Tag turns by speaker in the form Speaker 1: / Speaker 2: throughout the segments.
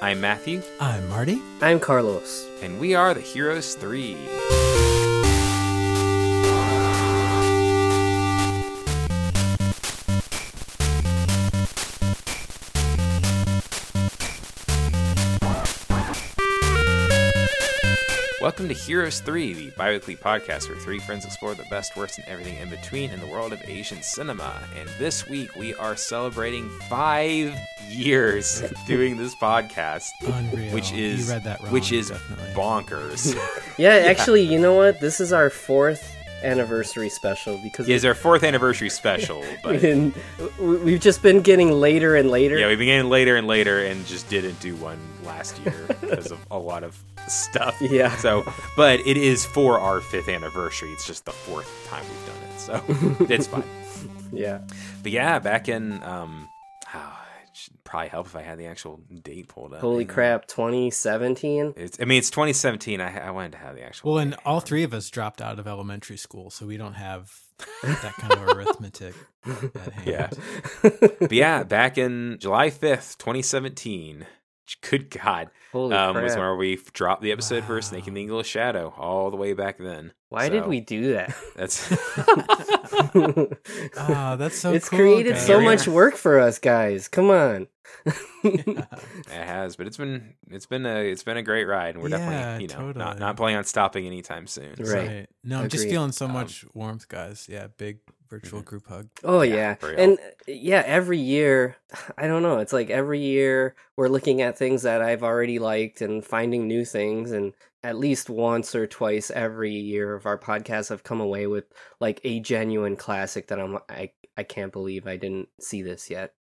Speaker 1: I'm Matthew,
Speaker 2: I'm Marty.
Speaker 3: I'm Carlos.
Speaker 1: and we are the Heroes 3. Welcome to Heroes 3, the bi weekly podcast where three friends explore the best, worst, and everything in between in the world of Asian cinema. And this week we are celebrating five years doing this podcast.
Speaker 2: Unreal.
Speaker 1: Which is
Speaker 2: you read that wrong.
Speaker 1: which is
Speaker 2: definitely.
Speaker 1: bonkers.
Speaker 3: Yeah, actually, you know what? This is our fourth anniversary special because
Speaker 1: is our fourth anniversary special,
Speaker 3: we
Speaker 1: but
Speaker 3: didn't, we- we've just been getting later and later.
Speaker 1: yeah, we began later and later and just didn't do one last year because of a lot of stuff.
Speaker 3: Yeah.
Speaker 1: So, but it is for our fifth anniversary. It's just the fourth time we've done it, so it's fine.
Speaker 3: yeah.
Speaker 1: But yeah, back in um, oh, it should probably help if I had the actual date pulled up.
Speaker 3: Holy
Speaker 1: Hang on.
Speaker 3: crap, 2017?
Speaker 1: It's, I mean, it's 2017. I, I wanted to have the actual.
Speaker 2: Well, and all three of us dropped out of elementary school, so we don't have that kind of arithmetic at hand.
Speaker 1: Yeah. but yeah, back in July 5th, 2017. Good God.
Speaker 3: Holy
Speaker 1: um, was
Speaker 3: crap.
Speaker 1: where we f- dropped the episode for
Speaker 2: Wow.
Speaker 1: Snake in the English Shadow all the way back then.
Speaker 3: Why
Speaker 1: So,
Speaker 3: did we do that?
Speaker 1: That's
Speaker 2: Ah, that's so
Speaker 3: it's
Speaker 2: cool,
Speaker 3: created
Speaker 2: guys.
Speaker 1: Here
Speaker 3: so
Speaker 1: we
Speaker 3: much
Speaker 1: are.
Speaker 3: work for us, guys. Come on.
Speaker 1: it has, but it's been it's been a it's been a great ride, and we're
Speaker 2: Yeah,
Speaker 1: definitely you know not
Speaker 2: totally.
Speaker 1: not planning on stopping anytime soon. so-
Speaker 3: Right.
Speaker 2: No, I'm just
Speaker 3: Agreed.
Speaker 2: feeling so
Speaker 1: Um,
Speaker 2: much warmth, guys. Yeah, big virtual group hug.
Speaker 3: Oh
Speaker 1: Yeah,
Speaker 3: yeah,
Speaker 1: for real.
Speaker 3: and uh, yeah, every year, I don't know. It's like every year we're looking at things that I've already liked and finding new things. And at least once or twice every year of our podcast, I've come away with like a genuine classic that I'm like, I I can't believe I didn't see this yet.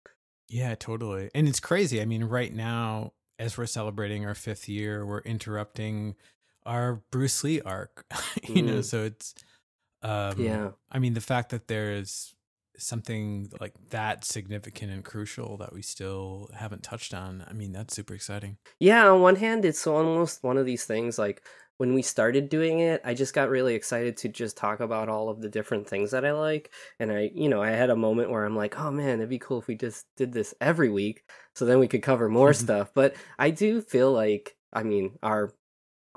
Speaker 2: Yeah, totally. And it's crazy. I mean, right now, as we're celebrating our fifth year, we're interrupting our Bruce Lee arc. you know,
Speaker 3: Mm.
Speaker 2: so it's um
Speaker 1: Mm-hmm.
Speaker 3: Yeah.
Speaker 2: I mean, the fact that there's something like that significant and crucial that we still haven't touched on, I mean, that's super exciting.
Speaker 3: Yeah, on one hand, it's almost one of these things like when we started doing it, I just got really excited to just talk about all of the different things that I like. And I, you know, I had a moment where I'm like, oh man, it'd be cool if we just did this every week so then we could cover more
Speaker 2: Mhm.
Speaker 3: stuff. But I do feel like, I mean, our.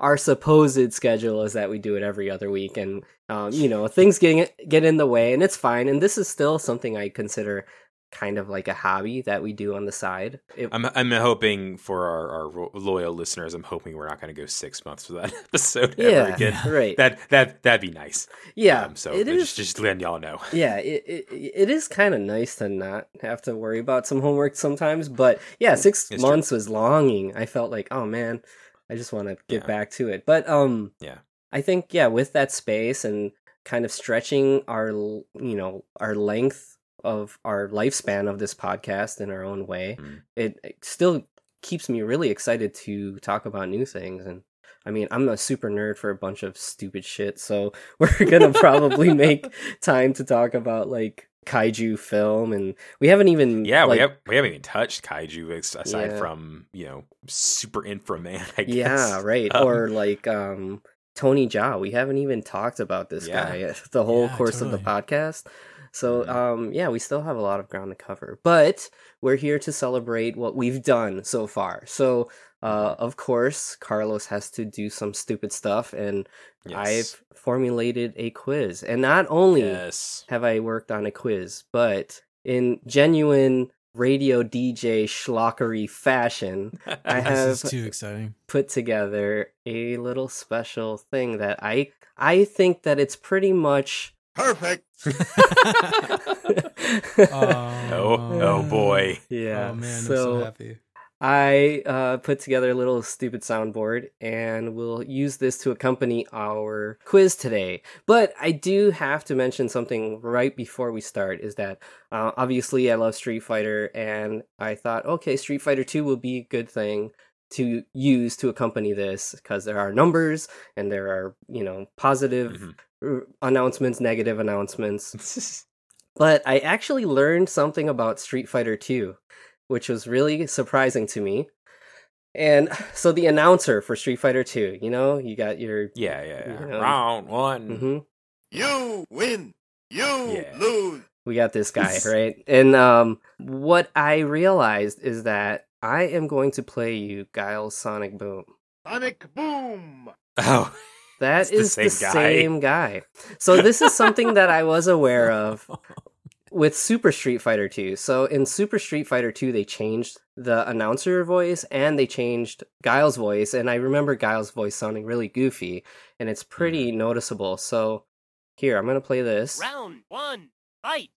Speaker 3: Our supposed schedule is that we do it every other week, and um, you know things get get in the way, and it's fine. And this is still something I consider kind of like a hobby that we do on the side. It,
Speaker 1: I'm I'm hoping for our, our ro- loyal listeners. I'm hoping we're not going to go six months without an episode ever
Speaker 3: yeah,
Speaker 1: again.
Speaker 3: right.
Speaker 1: That that that'd be nice.
Speaker 3: Yeah,
Speaker 1: Um, so
Speaker 3: it
Speaker 1: I
Speaker 3: is.
Speaker 1: Just, just letting y'all know.
Speaker 3: yeah, it, it it is kind of nice to not have to worry about some homework sometimes. But yeah, six
Speaker 1: Mm, It's true.
Speaker 3: months was longing. I felt like, oh man, I just want to get
Speaker 1: Yeah.
Speaker 3: back to it. But um,
Speaker 1: Yeah.
Speaker 3: I think yeah, with that space and kind of stretching our l- you know our length of our lifespan of this podcast in our own way,
Speaker 1: Mm.
Speaker 3: it, it still keeps me really excited to talk about new things and. I mean, I'm a super nerd for a bunch of stupid shit, so we're gonna probably make time to talk about like kaiju film, and we haven't even
Speaker 1: Yeah,
Speaker 3: like,
Speaker 1: we have we haven't even touched kaiju ex- aside
Speaker 3: Yeah.
Speaker 1: from you know super inframan. I guess.
Speaker 3: yeah right
Speaker 1: Um,
Speaker 3: or like um Tony Jaa. We haven't even talked about this
Speaker 1: Yeah.
Speaker 3: guy the whole
Speaker 2: Yeah,
Speaker 3: course of the
Speaker 2: totally.
Speaker 3: podcast. So
Speaker 1: Mhm.
Speaker 3: um yeah, we still have a lot of ground to cover, but we're here to celebrate what we've done so far. So uh,
Speaker 1: Mm-hmm.
Speaker 3: of course, Carlos has to do some stupid stuff, and
Speaker 1: yes.
Speaker 3: I've formulated a quiz. And not only
Speaker 1: yes.
Speaker 3: have I worked on a quiz, but in genuine radio DJ schlockery fashion, I have
Speaker 2: This is too exciting.
Speaker 3: put together a little special thing that I I think that it's pretty much
Speaker 4: Perfect.
Speaker 2: oh,
Speaker 1: Oh, oh boy.
Speaker 3: yeah.
Speaker 2: Oh man,
Speaker 3: so,
Speaker 2: I'm so happy.
Speaker 3: I uh, put together a little stupid soundboard and we'll use this to accompany our quiz today. But I do have to mention something right before we start is that uh, obviously I love Street Fighter and I thought, okay, Street Fighter 2 will be a good thing to use to accompany this because there are numbers and there are, you know, positive
Speaker 1: Mhm.
Speaker 3: r- announcements, negative announcements but I actually learned something about Street Fighter 2, which was really surprising to me. And so the announcer for Street Fighter 2, you know, you got your
Speaker 1: Yeah, yeah, yeah.
Speaker 3: Yeah.
Speaker 1: Round one.
Speaker 3: hmm
Speaker 4: You win. You
Speaker 1: Yeah.
Speaker 4: lose.
Speaker 3: we got this guy, right? And um what I realized is that I am going to play you Guile's Sonic Boom.
Speaker 4: Sonic Boom!
Speaker 1: Oh, It's
Speaker 3: That
Speaker 1: the
Speaker 3: is the,
Speaker 1: same guy.
Speaker 3: same guy. So this is something that I was aware of with Super Street Fighter 2. So in Super Street Fighter 2 they changed the announcer voice and they changed Guile's voice and I remember Guile's voice sounding really goofy and it's pretty
Speaker 1: Mm-hmm.
Speaker 3: noticeable. So here, I'm going to play this.
Speaker 4: Round one, fight!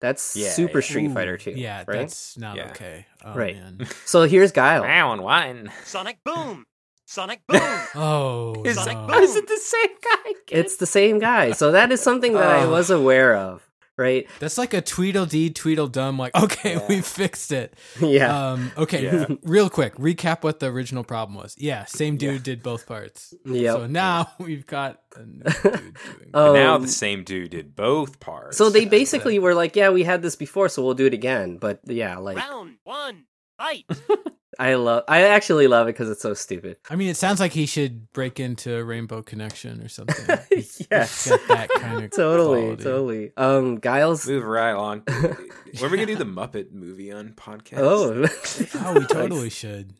Speaker 3: That's
Speaker 1: Yeah,
Speaker 3: Super
Speaker 1: yeah.
Speaker 3: Street
Speaker 2: Ooh,
Speaker 3: Fighter 2.
Speaker 2: Yeah,
Speaker 3: right?
Speaker 2: that's not
Speaker 1: Yeah.
Speaker 2: okay. Oh,
Speaker 3: Right.
Speaker 2: man.
Speaker 3: So here's Guile.
Speaker 1: Oh, round one.
Speaker 4: Sonic Boom! Sonic Boom!
Speaker 2: Oh,
Speaker 1: Is,
Speaker 4: Sonic
Speaker 2: no.
Speaker 4: Boom.
Speaker 1: is it the same guy? kid?
Speaker 3: It's the same guy. So that is something that I
Speaker 1: Oh.
Speaker 3: was aware of, right?
Speaker 2: that's like a Tweedledee, Tweedledum. Like, okay,
Speaker 1: Yeah.
Speaker 2: we fixed it.
Speaker 3: yeah.
Speaker 2: Um, okay,
Speaker 1: Yeah.
Speaker 2: real quick, recap what the original problem was. Yeah, same dude did both parts.
Speaker 1: Uh,
Speaker 3: yep.
Speaker 2: So now we've got a new dude doing.
Speaker 1: But now
Speaker 3: Um,
Speaker 1: the same dude did both parts.
Speaker 3: So they
Speaker 2: Yeah,
Speaker 3: basically were like, "Yeah, we had this before, so we'll do it again." But yeah, like
Speaker 4: Round one, fight!
Speaker 3: I love, I actually love it because it's so stupid.
Speaker 2: I mean, it sounds like he should break into Rainbow Connection or something. He's- he's
Speaker 3: Yes.
Speaker 2: got that kind of
Speaker 3: Totally,
Speaker 2: quality.
Speaker 3: totally. Um, Guile's.
Speaker 1: move right along. When are we gonna do the Muppet movie on podcast?
Speaker 3: Oh,
Speaker 2: Oh, we totally should.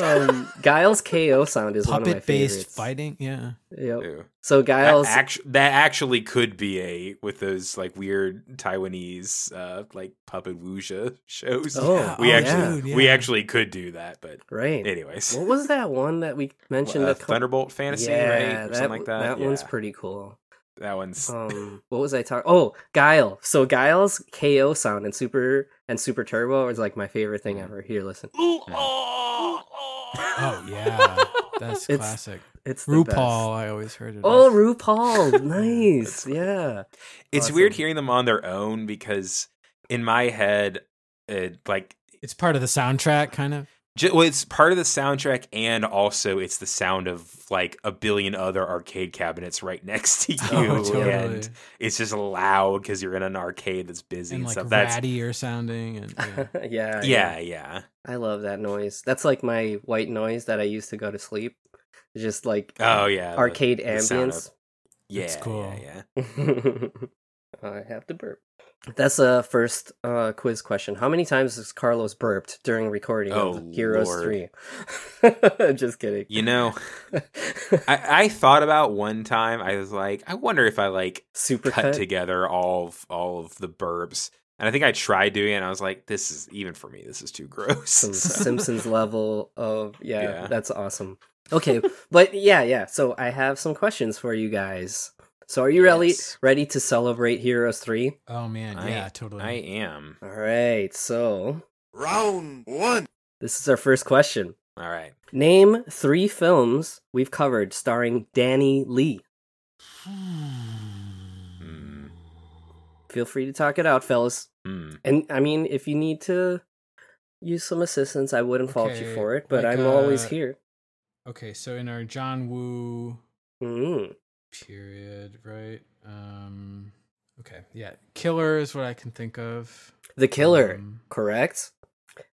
Speaker 3: um, Guile's KO sound is one of my
Speaker 2: Puppet-based
Speaker 3: favorites.
Speaker 2: fighting. Yeah.
Speaker 3: Yep.
Speaker 1: Ew.
Speaker 3: So
Speaker 1: That,
Speaker 3: Guile's.
Speaker 1: actu- that actually could be a with those like weird Taiwanese uh like puppet wuxia shows.
Speaker 3: Oh,
Speaker 2: Yeah,
Speaker 1: we
Speaker 2: oh,
Speaker 1: actually
Speaker 2: dude,
Speaker 1: we
Speaker 2: yeah.
Speaker 1: actually could do that, but
Speaker 3: right.
Speaker 1: anyways,
Speaker 3: What was that one that we mentioned?
Speaker 1: Uh,
Speaker 3: that co-
Speaker 1: Thunderbolt Fantasy,
Speaker 3: yeah,
Speaker 1: right, or
Speaker 3: that,
Speaker 1: something like that.
Speaker 3: That
Speaker 1: yeah.
Speaker 3: one's pretty cool.
Speaker 1: that one's
Speaker 3: um what was i talking oh guile so guile's ko sound and super and super turbo is like my favorite thing ever here listen
Speaker 4: Ooh, oh, oh.
Speaker 2: Oh yeah, that's
Speaker 3: It's
Speaker 2: classic.
Speaker 3: it's the
Speaker 2: RuPaul.
Speaker 3: best.
Speaker 2: I always heard it.
Speaker 3: oh
Speaker 2: as.
Speaker 3: rupaul nice yeah
Speaker 1: it's weird
Speaker 3: awesome.
Speaker 1: hearing them on their own because in my head, it, like
Speaker 2: it's part of the soundtrack, kind of.
Speaker 1: Ju- well, it's part of the soundtrack, and also it's the sound of like a billion other arcade cabinets right next to you,
Speaker 2: Oh, totally.
Speaker 1: and it's just loud because you're in an arcade that's busy
Speaker 2: and
Speaker 1: and,
Speaker 2: like
Speaker 1: stuff. That's
Speaker 2: rattier sounding, and yeah.
Speaker 3: yeah
Speaker 1: yeah, yeah.
Speaker 3: i love that noise that's like my white noise that i used to go to sleep just like
Speaker 1: Oh yeah, the-
Speaker 3: arcade
Speaker 1: the sound
Speaker 3: ambience
Speaker 1: of- yeah,
Speaker 2: It's cool.
Speaker 1: yeah, yeah.
Speaker 3: i have to burp that's a first uh, quiz question. How many times has Carlos burped during recording
Speaker 1: Oh,
Speaker 3: of Heroes
Speaker 1: Lord.
Speaker 3: 3? Just kidding.
Speaker 1: You know, I, I thought about one time. I was like, I wonder if I like
Speaker 3: super
Speaker 1: cut, together all of, all of the burps, and I think I tried doing it. and I was like, this is even for me. This is too gross.
Speaker 3: some
Speaker 1: So-
Speaker 3: Simpsons level of yeah,
Speaker 1: Yeah.
Speaker 3: that's awesome. Okay, but yeah, yeah. So I have some questions for you guys. So are you really
Speaker 1: Yes.
Speaker 3: ready to celebrate Heroes Three?
Speaker 2: Oh man,
Speaker 1: I-
Speaker 2: yeah, totally.
Speaker 1: I am
Speaker 3: All right. So
Speaker 4: Round one,
Speaker 3: this is our first question.
Speaker 1: all right.
Speaker 3: Name three films we've covered starring Danny Lee.
Speaker 1: Hmm.
Speaker 3: Feel free to talk it out, fellas.
Speaker 1: Hmm.
Speaker 3: And I mean, if you need to use some assistance, I wouldn't fault you
Speaker 2: Okay,
Speaker 3: for it. But
Speaker 2: like,
Speaker 3: I'm always
Speaker 2: uh,
Speaker 3: here.
Speaker 2: okay, so in our John Woo
Speaker 3: Mm,
Speaker 2: period, right? Um, okay, yeah, Killer is what I can think of.
Speaker 3: the Killer.
Speaker 2: Um,
Speaker 3: correct?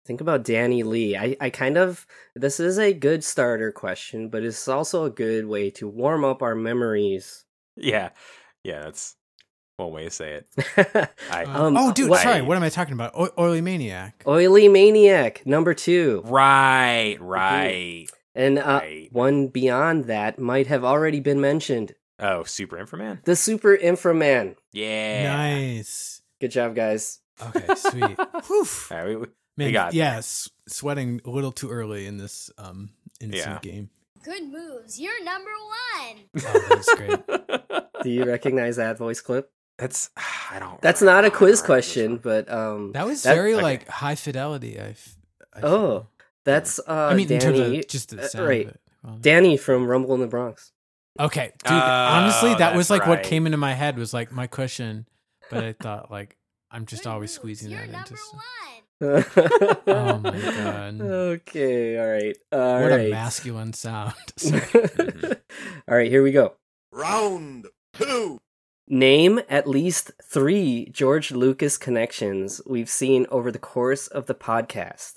Speaker 3: Think about Danny Lee. I, I kind of this is a good starter question, but it's also a good way to warm up our memories.
Speaker 1: Yeah. Yeah, that's one way to say it. I
Speaker 3: Um,
Speaker 2: oh, dude,
Speaker 3: what- Oh,
Speaker 2: sorry. What am I talking about? O- Oily Maniac.
Speaker 3: Oily Maniac number 2.
Speaker 1: Right, right.
Speaker 3: And uh,
Speaker 1: Right.
Speaker 3: one beyond that might have already been mentioned.
Speaker 1: Oh, Super Inframan?
Speaker 3: The Super Inframan.
Speaker 1: Yeah.
Speaker 2: Nice.
Speaker 3: Good job, guys.
Speaker 2: Okay, sweet. Whew.
Speaker 1: All right, we-
Speaker 2: Man,
Speaker 1: got there.
Speaker 2: yeah, s- sweating a little too early in this um instant
Speaker 1: Yeah.
Speaker 2: game.
Speaker 5: Good moves. You're number one.
Speaker 2: Oh, that was great.
Speaker 3: Do you recognize that voice clip?
Speaker 1: That's I don't
Speaker 3: That's
Speaker 1: really-
Speaker 3: not
Speaker 1: I
Speaker 3: a
Speaker 1: don't
Speaker 3: quiz
Speaker 1: remember this
Speaker 3: question,
Speaker 1: one.
Speaker 3: but um
Speaker 2: That was
Speaker 3: That-
Speaker 2: very
Speaker 1: okay.
Speaker 2: like high fidelity. I. f- I
Speaker 3: Oh,
Speaker 2: feel.
Speaker 3: that's uh
Speaker 2: I mean, in terms
Speaker 3: Danny
Speaker 2: of just the
Speaker 3: uh,
Speaker 2: sound
Speaker 3: right.
Speaker 2: of it. Well,
Speaker 3: Danny from Rumble in the Bronx.
Speaker 2: Okay, dude.
Speaker 1: Oh,
Speaker 2: honestly, that was
Speaker 1: that's
Speaker 2: like what
Speaker 1: right.
Speaker 2: came into my head was like my question, but I thought like I'm just
Speaker 5: Good
Speaker 2: always
Speaker 5: moves.
Speaker 2: squeezing
Speaker 5: You're
Speaker 2: that into.
Speaker 5: number
Speaker 2: Some,
Speaker 5: one.
Speaker 3: oh
Speaker 2: my God.
Speaker 3: Okay, all right. all right.
Speaker 2: what a masculine sound. Sorry.
Speaker 3: all right, here we go.
Speaker 4: round two,
Speaker 3: Name at least three George Lucas connections we've seen over the course of the podcast.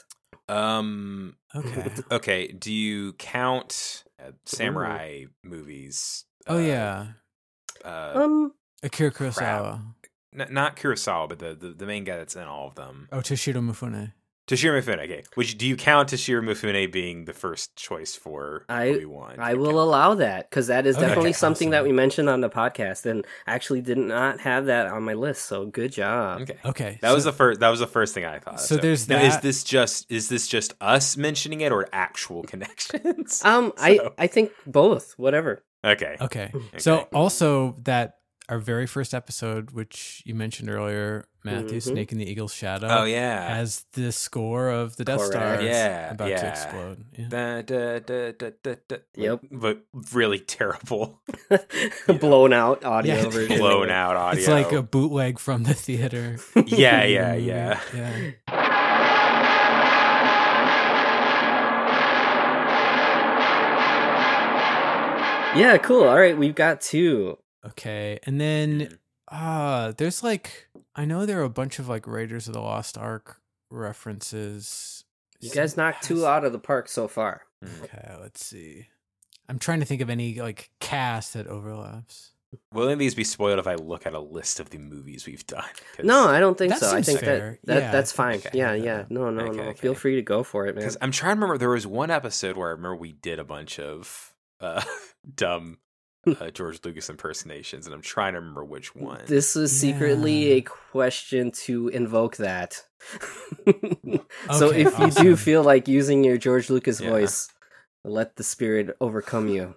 Speaker 1: Um
Speaker 2: okay.
Speaker 1: okay, do you count uh, samurai movies?
Speaker 2: Oh
Speaker 1: Uh,
Speaker 2: yeah,
Speaker 1: Uh,
Speaker 3: Um,
Speaker 2: Akira
Speaker 1: crap.
Speaker 2: Kurosawa.
Speaker 1: n- not Kurosawa, but the, the the main guy that's in all of them.
Speaker 2: Oh, Toshiro Mifune.
Speaker 1: Toshiro Mifune. Okay, Would you do you count Toshiro Mifune being the first choice for
Speaker 3: I-
Speaker 1: Obi Wan?
Speaker 3: I will allow that because that is
Speaker 2: Okay,
Speaker 3: definitely
Speaker 2: awesome.
Speaker 3: something that we mentioned on the podcast, and I actually did not have that on my list. So good job.
Speaker 1: Okay.
Speaker 2: Okay.
Speaker 1: That was the first. That was the first thing I thought. of.
Speaker 2: Oh, so there's
Speaker 1: now. Is
Speaker 2: that.
Speaker 1: this just is this just us mentioning it or actual connections?
Speaker 3: Um, I
Speaker 1: So-
Speaker 3: I think both. Whatever.
Speaker 1: okay.
Speaker 2: Okay.
Speaker 1: Okay.
Speaker 2: Oh, So also that our very first episode, which you mentioned earlier, Matthew
Speaker 3: Mhm.
Speaker 2: Snake and the Eagle's Shadow,
Speaker 1: Mm-hmm. Oh yeah.
Speaker 2: has the score of the Death Star
Speaker 3: Correct.
Speaker 1: Yeah,
Speaker 2: about to
Speaker 1: yeah.
Speaker 2: explode. Yeah.
Speaker 1: Da, da, da, da, da, da.
Speaker 3: Yep.
Speaker 1: But really terrible,
Speaker 3: Blown out audio
Speaker 2: Yeah.
Speaker 3: version.
Speaker 1: blown out audio.
Speaker 2: It's like a bootleg from the theater.
Speaker 1: yeah, yeah,
Speaker 2: Movie.
Speaker 1: yeah.
Speaker 2: yeah.
Speaker 3: Yeah, cool. All right, we've got two.
Speaker 2: Okay. And then uh there's like I know there are a bunch of like Raiders of the Lost Ark references.
Speaker 3: You guys knocked two out of the park so far.
Speaker 2: Okay, let's see. I'm trying to think of any like cast that overlaps.
Speaker 1: Will any of these be spoiled if I look at a list of the movies we've done? 'Cause-
Speaker 3: No, I don't think
Speaker 2: That
Speaker 3: so. I
Speaker 2: seems
Speaker 3: think
Speaker 2: fair.
Speaker 3: that, that
Speaker 2: Yeah,
Speaker 3: that's
Speaker 2: I
Speaker 3: fine.
Speaker 2: think we should
Speaker 3: Yeah,
Speaker 2: have
Speaker 3: yeah.
Speaker 2: that.
Speaker 3: No, no,
Speaker 1: Okay,
Speaker 3: no.
Speaker 1: okay.
Speaker 3: Feel free to go for it, man.
Speaker 1: Because I'm trying to remember, there was one episode where I remember we did a bunch of uh, dumb
Speaker 3: Hmm.
Speaker 1: uh, George Lucas impersonations, and I'm trying to remember which one.
Speaker 3: This is secretly
Speaker 2: Yeah.
Speaker 3: a question to invoke that. so
Speaker 2: Okay,
Speaker 3: if you do
Speaker 2: awesome.
Speaker 3: feel like using your George Lucas
Speaker 1: Yeah.
Speaker 3: voice, let the spirit overcome you.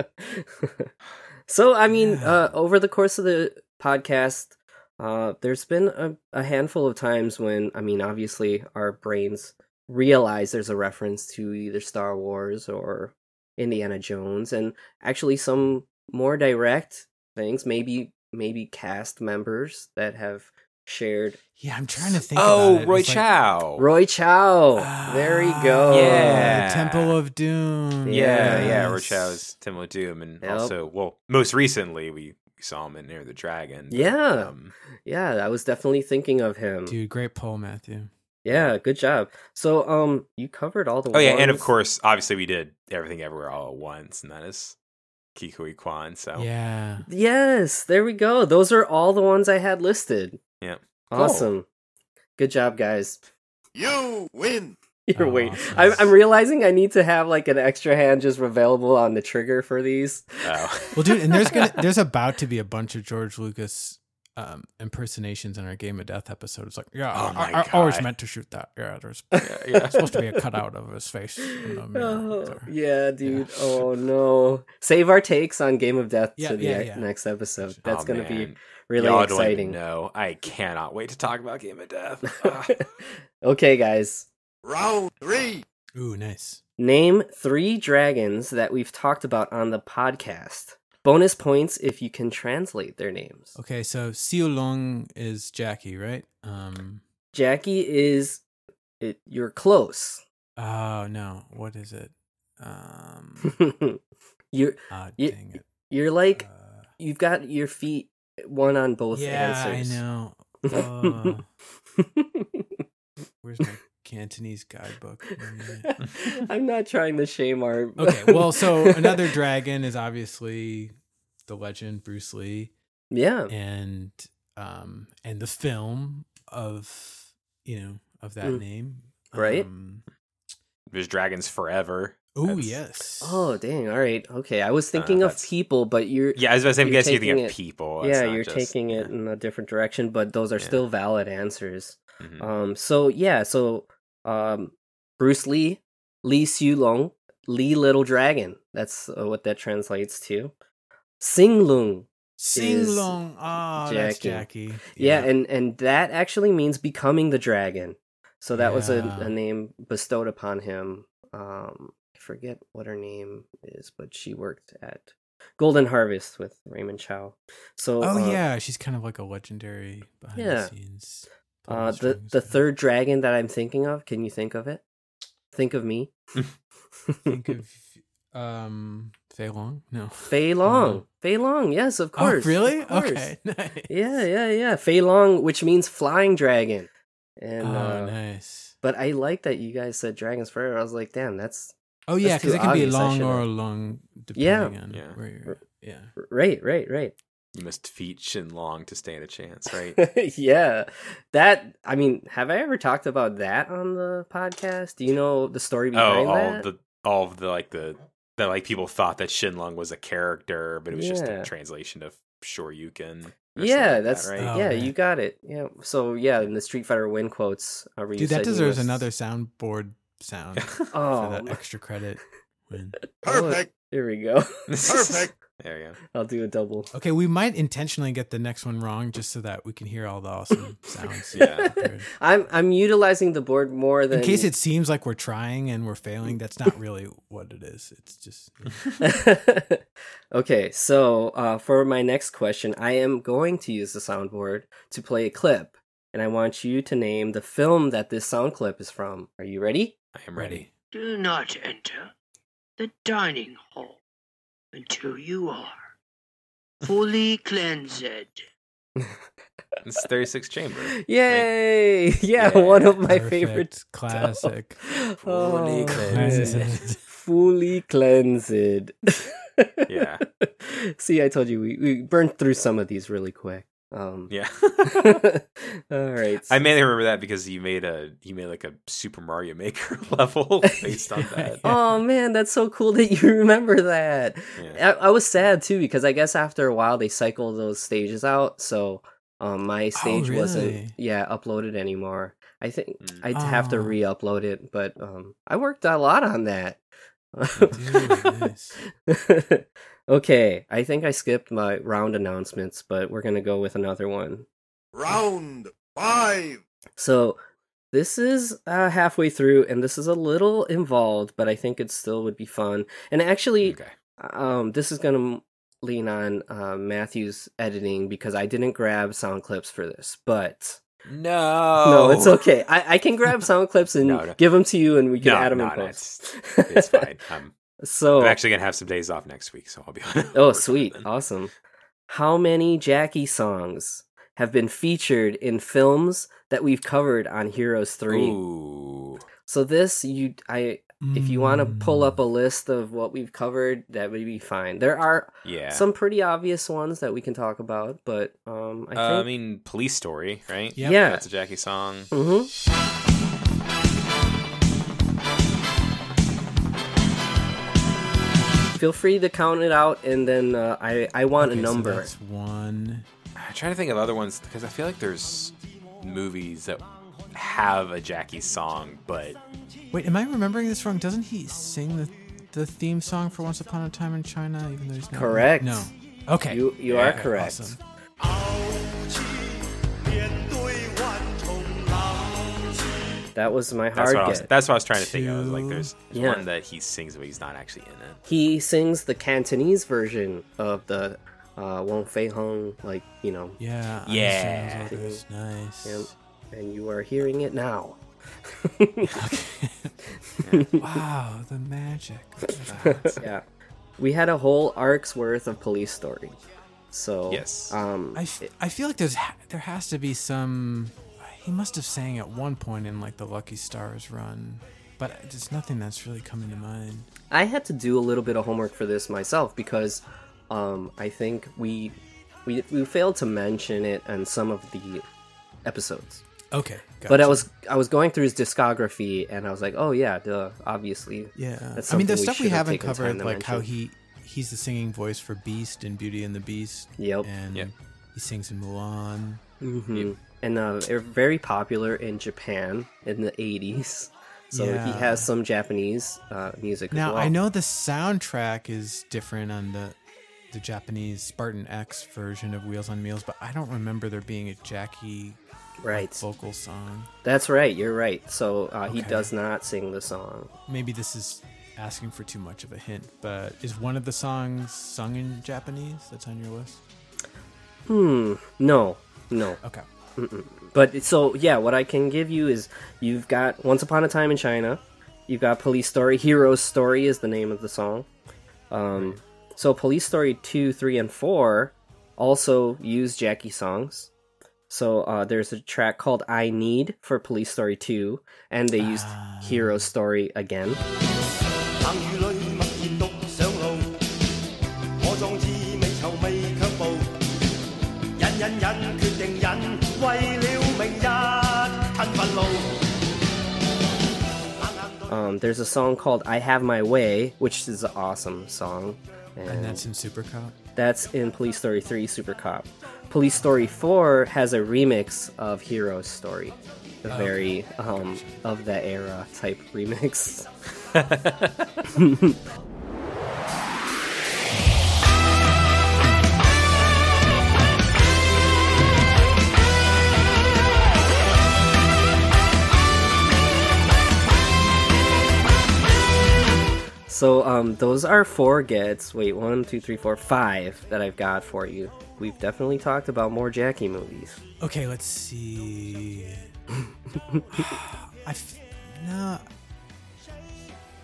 Speaker 3: so I mean,
Speaker 2: Yeah.
Speaker 3: uh, over the course of the podcast, uh, there's been a, a handful of times when I mean, obviously, our brains realize there's a reference to either Star Wars or Indiana Jones, and actually some more direct things, maybe maybe cast members that have shared.
Speaker 2: Yeah, I'm trying to think. about
Speaker 1: oh,
Speaker 2: it.
Speaker 1: Roy
Speaker 2: It's like-
Speaker 1: Chow.
Speaker 3: Roy Chow, there we go.
Speaker 1: Yeah.
Speaker 2: The Temple of Doom.
Speaker 1: yeah, yeah,
Speaker 2: Yes.
Speaker 1: Roy Chow's Tim of Doom, and
Speaker 3: Yep.
Speaker 1: also, well, most recently we, we saw him in Near the Dragon. but,
Speaker 3: Yeah.
Speaker 1: um,
Speaker 3: yeah. I was definitely thinking of him.
Speaker 2: Dude, great poll, Matthew.
Speaker 3: Yeah, good job. So, um, you covered all the.
Speaker 1: oh yeah, and of
Speaker 3: ones.
Speaker 1: course, obviously we did everything everywhere all at once, and that is Kikui Kwan. So
Speaker 2: Yeah.
Speaker 3: Yes, there we go. Those are all the ones I had listed.
Speaker 1: Yeah.
Speaker 3: Awesome. Good job, guys.
Speaker 4: You win.
Speaker 3: You're
Speaker 2: Oh,
Speaker 3: wait.
Speaker 2: awesome.
Speaker 3: I'm, I'm realizing I need to have like an extra hand just available on the trigger for these.
Speaker 1: Oh.
Speaker 2: Well, dude, and there's gonna there's about to be a bunch of George Lucas um, impersonations in our Game of Death episode. It's like, yeah,
Speaker 1: Oh
Speaker 2: I,
Speaker 1: my
Speaker 2: I- I always
Speaker 1: God.
Speaker 2: meant to shoot that. Yeah, there's
Speaker 1: yeah, yeah.
Speaker 2: supposed to be a cutout of his face. in the mirror
Speaker 3: Oh,
Speaker 2: there.
Speaker 3: yeah, dude. Oh no. Save our takes on Game of Death
Speaker 2: Yeah,
Speaker 3: to the
Speaker 2: yeah,
Speaker 3: e-
Speaker 2: yeah.
Speaker 3: next episode. That's
Speaker 1: Oh,
Speaker 3: gonna be
Speaker 1: man.
Speaker 3: really
Speaker 1: Y'all don't even
Speaker 3: exciting.
Speaker 1: know. I cannot wait to talk about Game of Death. Ah.
Speaker 3: okay, guys.
Speaker 4: Round three.
Speaker 2: Ooh, nice.
Speaker 3: Name three dragons that we've talked about on the podcast. Bonus points if you can translate their names.
Speaker 2: Okay, so Siu Long is Jackie, right? Um.
Speaker 3: Jackie is it, you're close.
Speaker 2: Oh no, what is it? Um.
Speaker 3: you're
Speaker 2: ah,
Speaker 3: You-
Speaker 2: dang it.
Speaker 3: you're like
Speaker 2: Uh,
Speaker 3: you've got your feet one on both
Speaker 2: yeah,
Speaker 3: answers.
Speaker 2: I know. Uh, where's my Cantonese guidebook?
Speaker 3: I'm not trying to shame our
Speaker 2: Okay, well, so another dragon is obviously the legend Bruce Lee,
Speaker 3: Yeah.
Speaker 2: and um, and the film of you know of that
Speaker 3: Mm.
Speaker 2: name,
Speaker 3: Right.
Speaker 2: Um,
Speaker 1: There's dragons forever.
Speaker 2: oh
Speaker 1: That's-
Speaker 2: yes.
Speaker 3: Oh dang, all right. Okay. I
Speaker 2: Uh,
Speaker 3: was thinking of
Speaker 1: that's-
Speaker 3: people, but you're
Speaker 1: Yeah, I was about to say, I'm
Speaker 3: You're
Speaker 1: guessing you're
Speaker 3: taking
Speaker 1: thinking of
Speaker 3: it-
Speaker 1: people. It's
Speaker 3: yeah,
Speaker 1: not
Speaker 3: you're
Speaker 1: just-
Speaker 3: taking it
Speaker 1: yeah.
Speaker 3: in a different direction, but those are
Speaker 1: Yeah.
Speaker 3: still valid answers.
Speaker 1: Mhm.
Speaker 3: Um, so yeah, so um, Bruce Lee, Lee Siu Long, Lee Little Dragon. That's uh, what that translates to. Sing Lung.
Speaker 2: Sing
Speaker 3: is
Speaker 2: long. Ah, that's
Speaker 3: Jackie.
Speaker 2: Jackie.
Speaker 3: Yeah. and and that actually means becoming the dragon. So that was a,
Speaker 2: Yeah.
Speaker 3: a name bestowed upon him. Um, I forget what her name is, but she worked at Golden Harvest with Raymond Chow. So
Speaker 2: oh
Speaker 3: uh,
Speaker 2: yeah, she's kind of like a legendary behind the
Speaker 3: Yeah.
Speaker 2: scenes. pulling
Speaker 3: Uh, the
Speaker 2: strings
Speaker 3: the
Speaker 2: guy.
Speaker 3: third dragon that I'm thinking of. Can you think of it? Think of me.
Speaker 2: Think of um Fei Long. No.
Speaker 3: Fei Long. Fei Long. Yes, of
Speaker 2: Mm-hmm. Oh,
Speaker 3: course.
Speaker 2: really?
Speaker 3: of course.
Speaker 2: Okay. Nice.
Speaker 3: Yeah, yeah, yeah. Fei Long, which means flying dragon. And
Speaker 2: oh,
Speaker 3: uh,
Speaker 2: nice.
Speaker 3: but I like that you guys said dragons forever. I was like, damn, that's
Speaker 2: Oh yeah,
Speaker 3: that's
Speaker 2: because
Speaker 3: too
Speaker 2: it can be
Speaker 3: obvious, I
Speaker 2: long
Speaker 3: should've-
Speaker 2: or long
Speaker 3: Yeah.
Speaker 2: depending on
Speaker 1: Yeah.
Speaker 2: where you're. Yeah.
Speaker 3: right, right, right.
Speaker 1: You must defeat Shin Long to stand a chance, right?
Speaker 3: yeah. That I mean, have I ever talked about that on the podcast? Do you know the story
Speaker 1: oh,
Speaker 3: behind
Speaker 1: all
Speaker 3: that?
Speaker 1: the all of the like the that like people thought that Shin Long was a character, but it was just
Speaker 3: Yeah.
Speaker 1: a translation of Shoryuken. or something
Speaker 3: yeah,
Speaker 1: like
Speaker 3: that's
Speaker 1: that,
Speaker 2: Oh,
Speaker 1: right.
Speaker 3: yeah,
Speaker 2: man.
Speaker 3: you got it. Yeah. So yeah, in the Street Fighter win quotes are where you
Speaker 2: Dude, that
Speaker 3: said you
Speaker 2: deserves
Speaker 3: must-
Speaker 2: another soundboard sound for
Speaker 3: Oh,
Speaker 2: that
Speaker 3: my-
Speaker 2: extra credit. win.
Speaker 4: Perfect.
Speaker 3: here we go.
Speaker 4: Perfect.
Speaker 1: there you go.
Speaker 3: I'll do a double.
Speaker 2: Okay, we might intentionally get the next one wrong just so that we can hear all the awesome sounds.
Speaker 1: Yeah.
Speaker 3: I'm I'm utilizing the board more than
Speaker 2: In case it seems like we're trying and we're
Speaker 3: Mm.
Speaker 2: failing, that's not really what it is. It's just
Speaker 3: okay, so uh, for my next question, I am going to use the soundboard to play a clip, and I want you to name the film that this sound clip is from. Are you ready?
Speaker 1: I am ready.
Speaker 6: Do not enter the dining hall until you are fully cleansed.
Speaker 1: It's 36 chamber. right?
Speaker 3: Yay! Yeah,
Speaker 1: Yeah,
Speaker 3: one of my
Speaker 2: Perfect.
Speaker 3: favorite.
Speaker 2: classic.
Speaker 3: Oh,
Speaker 1: cleansed.
Speaker 3: man. Fully cleansed.
Speaker 1: Yeah.
Speaker 3: See, I told you we, we burned through some of these really quick. Um,
Speaker 1: Yeah.
Speaker 3: all right.
Speaker 1: I mainly remember that because you made a you made like a Super Mario Maker level based on that.
Speaker 2: Yeah.
Speaker 3: Oh man, that's so cool that you remember that.
Speaker 1: Yeah.
Speaker 3: I, I was sad too because I guess after a while they cycle those stages out, so um, my stage wasn't
Speaker 2: Oh, really?
Speaker 3: yeah uploaded anymore. I think
Speaker 1: Mm.
Speaker 3: I'd have to
Speaker 2: Oh.
Speaker 3: re-upload it, but um, I worked a lot on that.
Speaker 2: Oh, Dude, nice.
Speaker 3: okay, I think I skipped my round announcements, but we're gonna go with another one.
Speaker 4: Round five.
Speaker 3: So this is uh, halfway through, and this is a little involved, but I think it still would be fun. And actually,
Speaker 1: Okay.
Speaker 3: um, this is going to lean on uh, Matthew's editing because I didn't grab sound clips for this, but
Speaker 1: No.
Speaker 3: no, it's okay. I, I can grab sound clips and
Speaker 1: Oh. No, no.
Speaker 3: give them to you, and we can
Speaker 1: No,
Speaker 3: add them in
Speaker 1: no, no,
Speaker 3: post.
Speaker 1: It's fine. I'm,
Speaker 3: so,
Speaker 1: I'm actually gonna have some days off next week, so I'll be on.
Speaker 3: oh, sweet, awesome. How many Jackie songs have been featured in films that we've covered on Heroes Three?
Speaker 1: Ooh.
Speaker 3: So this, you, I, if you want to pull
Speaker 2: Mm.
Speaker 3: up a
Speaker 1: Mm.
Speaker 3: list of what we've covered, that would be fine. There are
Speaker 1: Yeah.
Speaker 3: some pretty obvious ones that we can talk about, but um, I
Speaker 1: I,
Speaker 3: think
Speaker 1: uh, I mean, police story, right?
Speaker 2: Yep.
Speaker 3: yeah,
Speaker 1: That's a Jackie song.
Speaker 3: hmm Feel free to count it out, and then uh, I I want
Speaker 2: Okay,
Speaker 3: a
Speaker 2: so
Speaker 3: number.
Speaker 2: that's one.
Speaker 1: I'm trying to think of other ones because I feel like there's movies that have a Jackie song, but
Speaker 2: Wait, am I remembering this wrong? Doesn't he sing the the theme song for Once Upon a Time in China? Even though he's not
Speaker 3: Correct.
Speaker 2: No. Okay.
Speaker 3: you you
Speaker 1: Yeah,
Speaker 3: are correct.
Speaker 2: awesome.
Speaker 3: That was my
Speaker 1: that's
Speaker 3: hard
Speaker 1: what, I was,
Speaker 3: get.
Speaker 1: that's what I was trying to think of. Like, there's there's
Speaker 3: Yeah.
Speaker 1: one that he sings, but he's not actually in it.
Speaker 3: He sings the Cantonese version of the uh, Wong Fei Hong, like you know,
Speaker 2: Yeah. I
Speaker 1: Yeah.
Speaker 2: understand all this. Nice.
Speaker 3: and, and you are hearing it now.
Speaker 2: Wow, the magic.
Speaker 3: yeah. We had a whole arc's worth of police story. So
Speaker 1: Yes.
Speaker 3: um
Speaker 2: I, f- I feel like there's ha- there has to be some. He must have sang at one point in like the Lucky Stars run, but there's nothing that's really coming to mind.
Speaker 3: I had to do a little bit of homework for this myself because um I think we we we failed to mention it on some of the episodes.
Speaker 2: Okay, gotcha.
Speaker 3: But I was I was going through his discography and I was like, "Oh yeah, duh, obviously."
Speaker 2: yeah.
Speaker 3: That's
Speaker 2: I mean,
Speaker 3: something
Speaker 2: there's
Speaker 3: we
Speaker 2: stuff we
Speaker 3: should have
Speaker 2: haven't
Speaker 3: taken time
Speaker 2: covered,
Speaker 3: to
Speaker 2: like how
Speaker 3: mention.
Speaker 2: he he's the singing voice for Beast in Beauty and the Beast.
Speaker 3: Yep.
Speaker 2: And
Speaker 1: Yep.
Speaker 2: he sings in Mulan.
Speaker 3: hmm And uh, they're very popular in Japan in the 80s. So he
Speaker 2: Yeah.
Speaker 3: has some Japanese uh, music as
Speaker 2: Now
Speaker 3: well.
Speaker 2: I know the soundtrack is different on the the Japanese Spartan X version of Wheels on Meals, but I don't remember there being a Jackie
Speaker 3: Right.
Speaker 2: vocal song.
Speaker 3: That's right. You're right. So uh, he
Speaker 2: Okay.
Speaker 3: does not sing the song.
Speaker 2: Maybe this is asking for too much of a hint, but is one of the songs sung in Japanese that's on your list?
Speaker 3: Hmm. No. No.
Speaker 2: Okay.
Speaker 3: But so yeah, what I can give you is you've got Once Upon a Time in China. You've got Police Story. Hero's Story is the name of the song. Um, so Police Story two, three, and four also use Jackie songs. So uh, there's a track called "I Need" for Police Story two, and they used Hero's Story again.
Speaker 7: 冷雨里默熱獨上路，我壯志未酬未卻步，忍忍忍，決定忍，為了明日吞憤怒。冷眼對
Speaker 3: Um, there's a song called "I Have My Way," which is an awesome song, and,
Speaker 2: And that's in Supercop.
Speaker 3: that's in Police Story 3 Super Cop. Police Story 4 has a remix of Hero's Story, a very um, of the era type remix. So um, those are four gets. Wait, one, two, three, four, five that I've got for you. We've definitely talked about more Jackie movies.
Speaker 2: Okay, let's see. I f- no.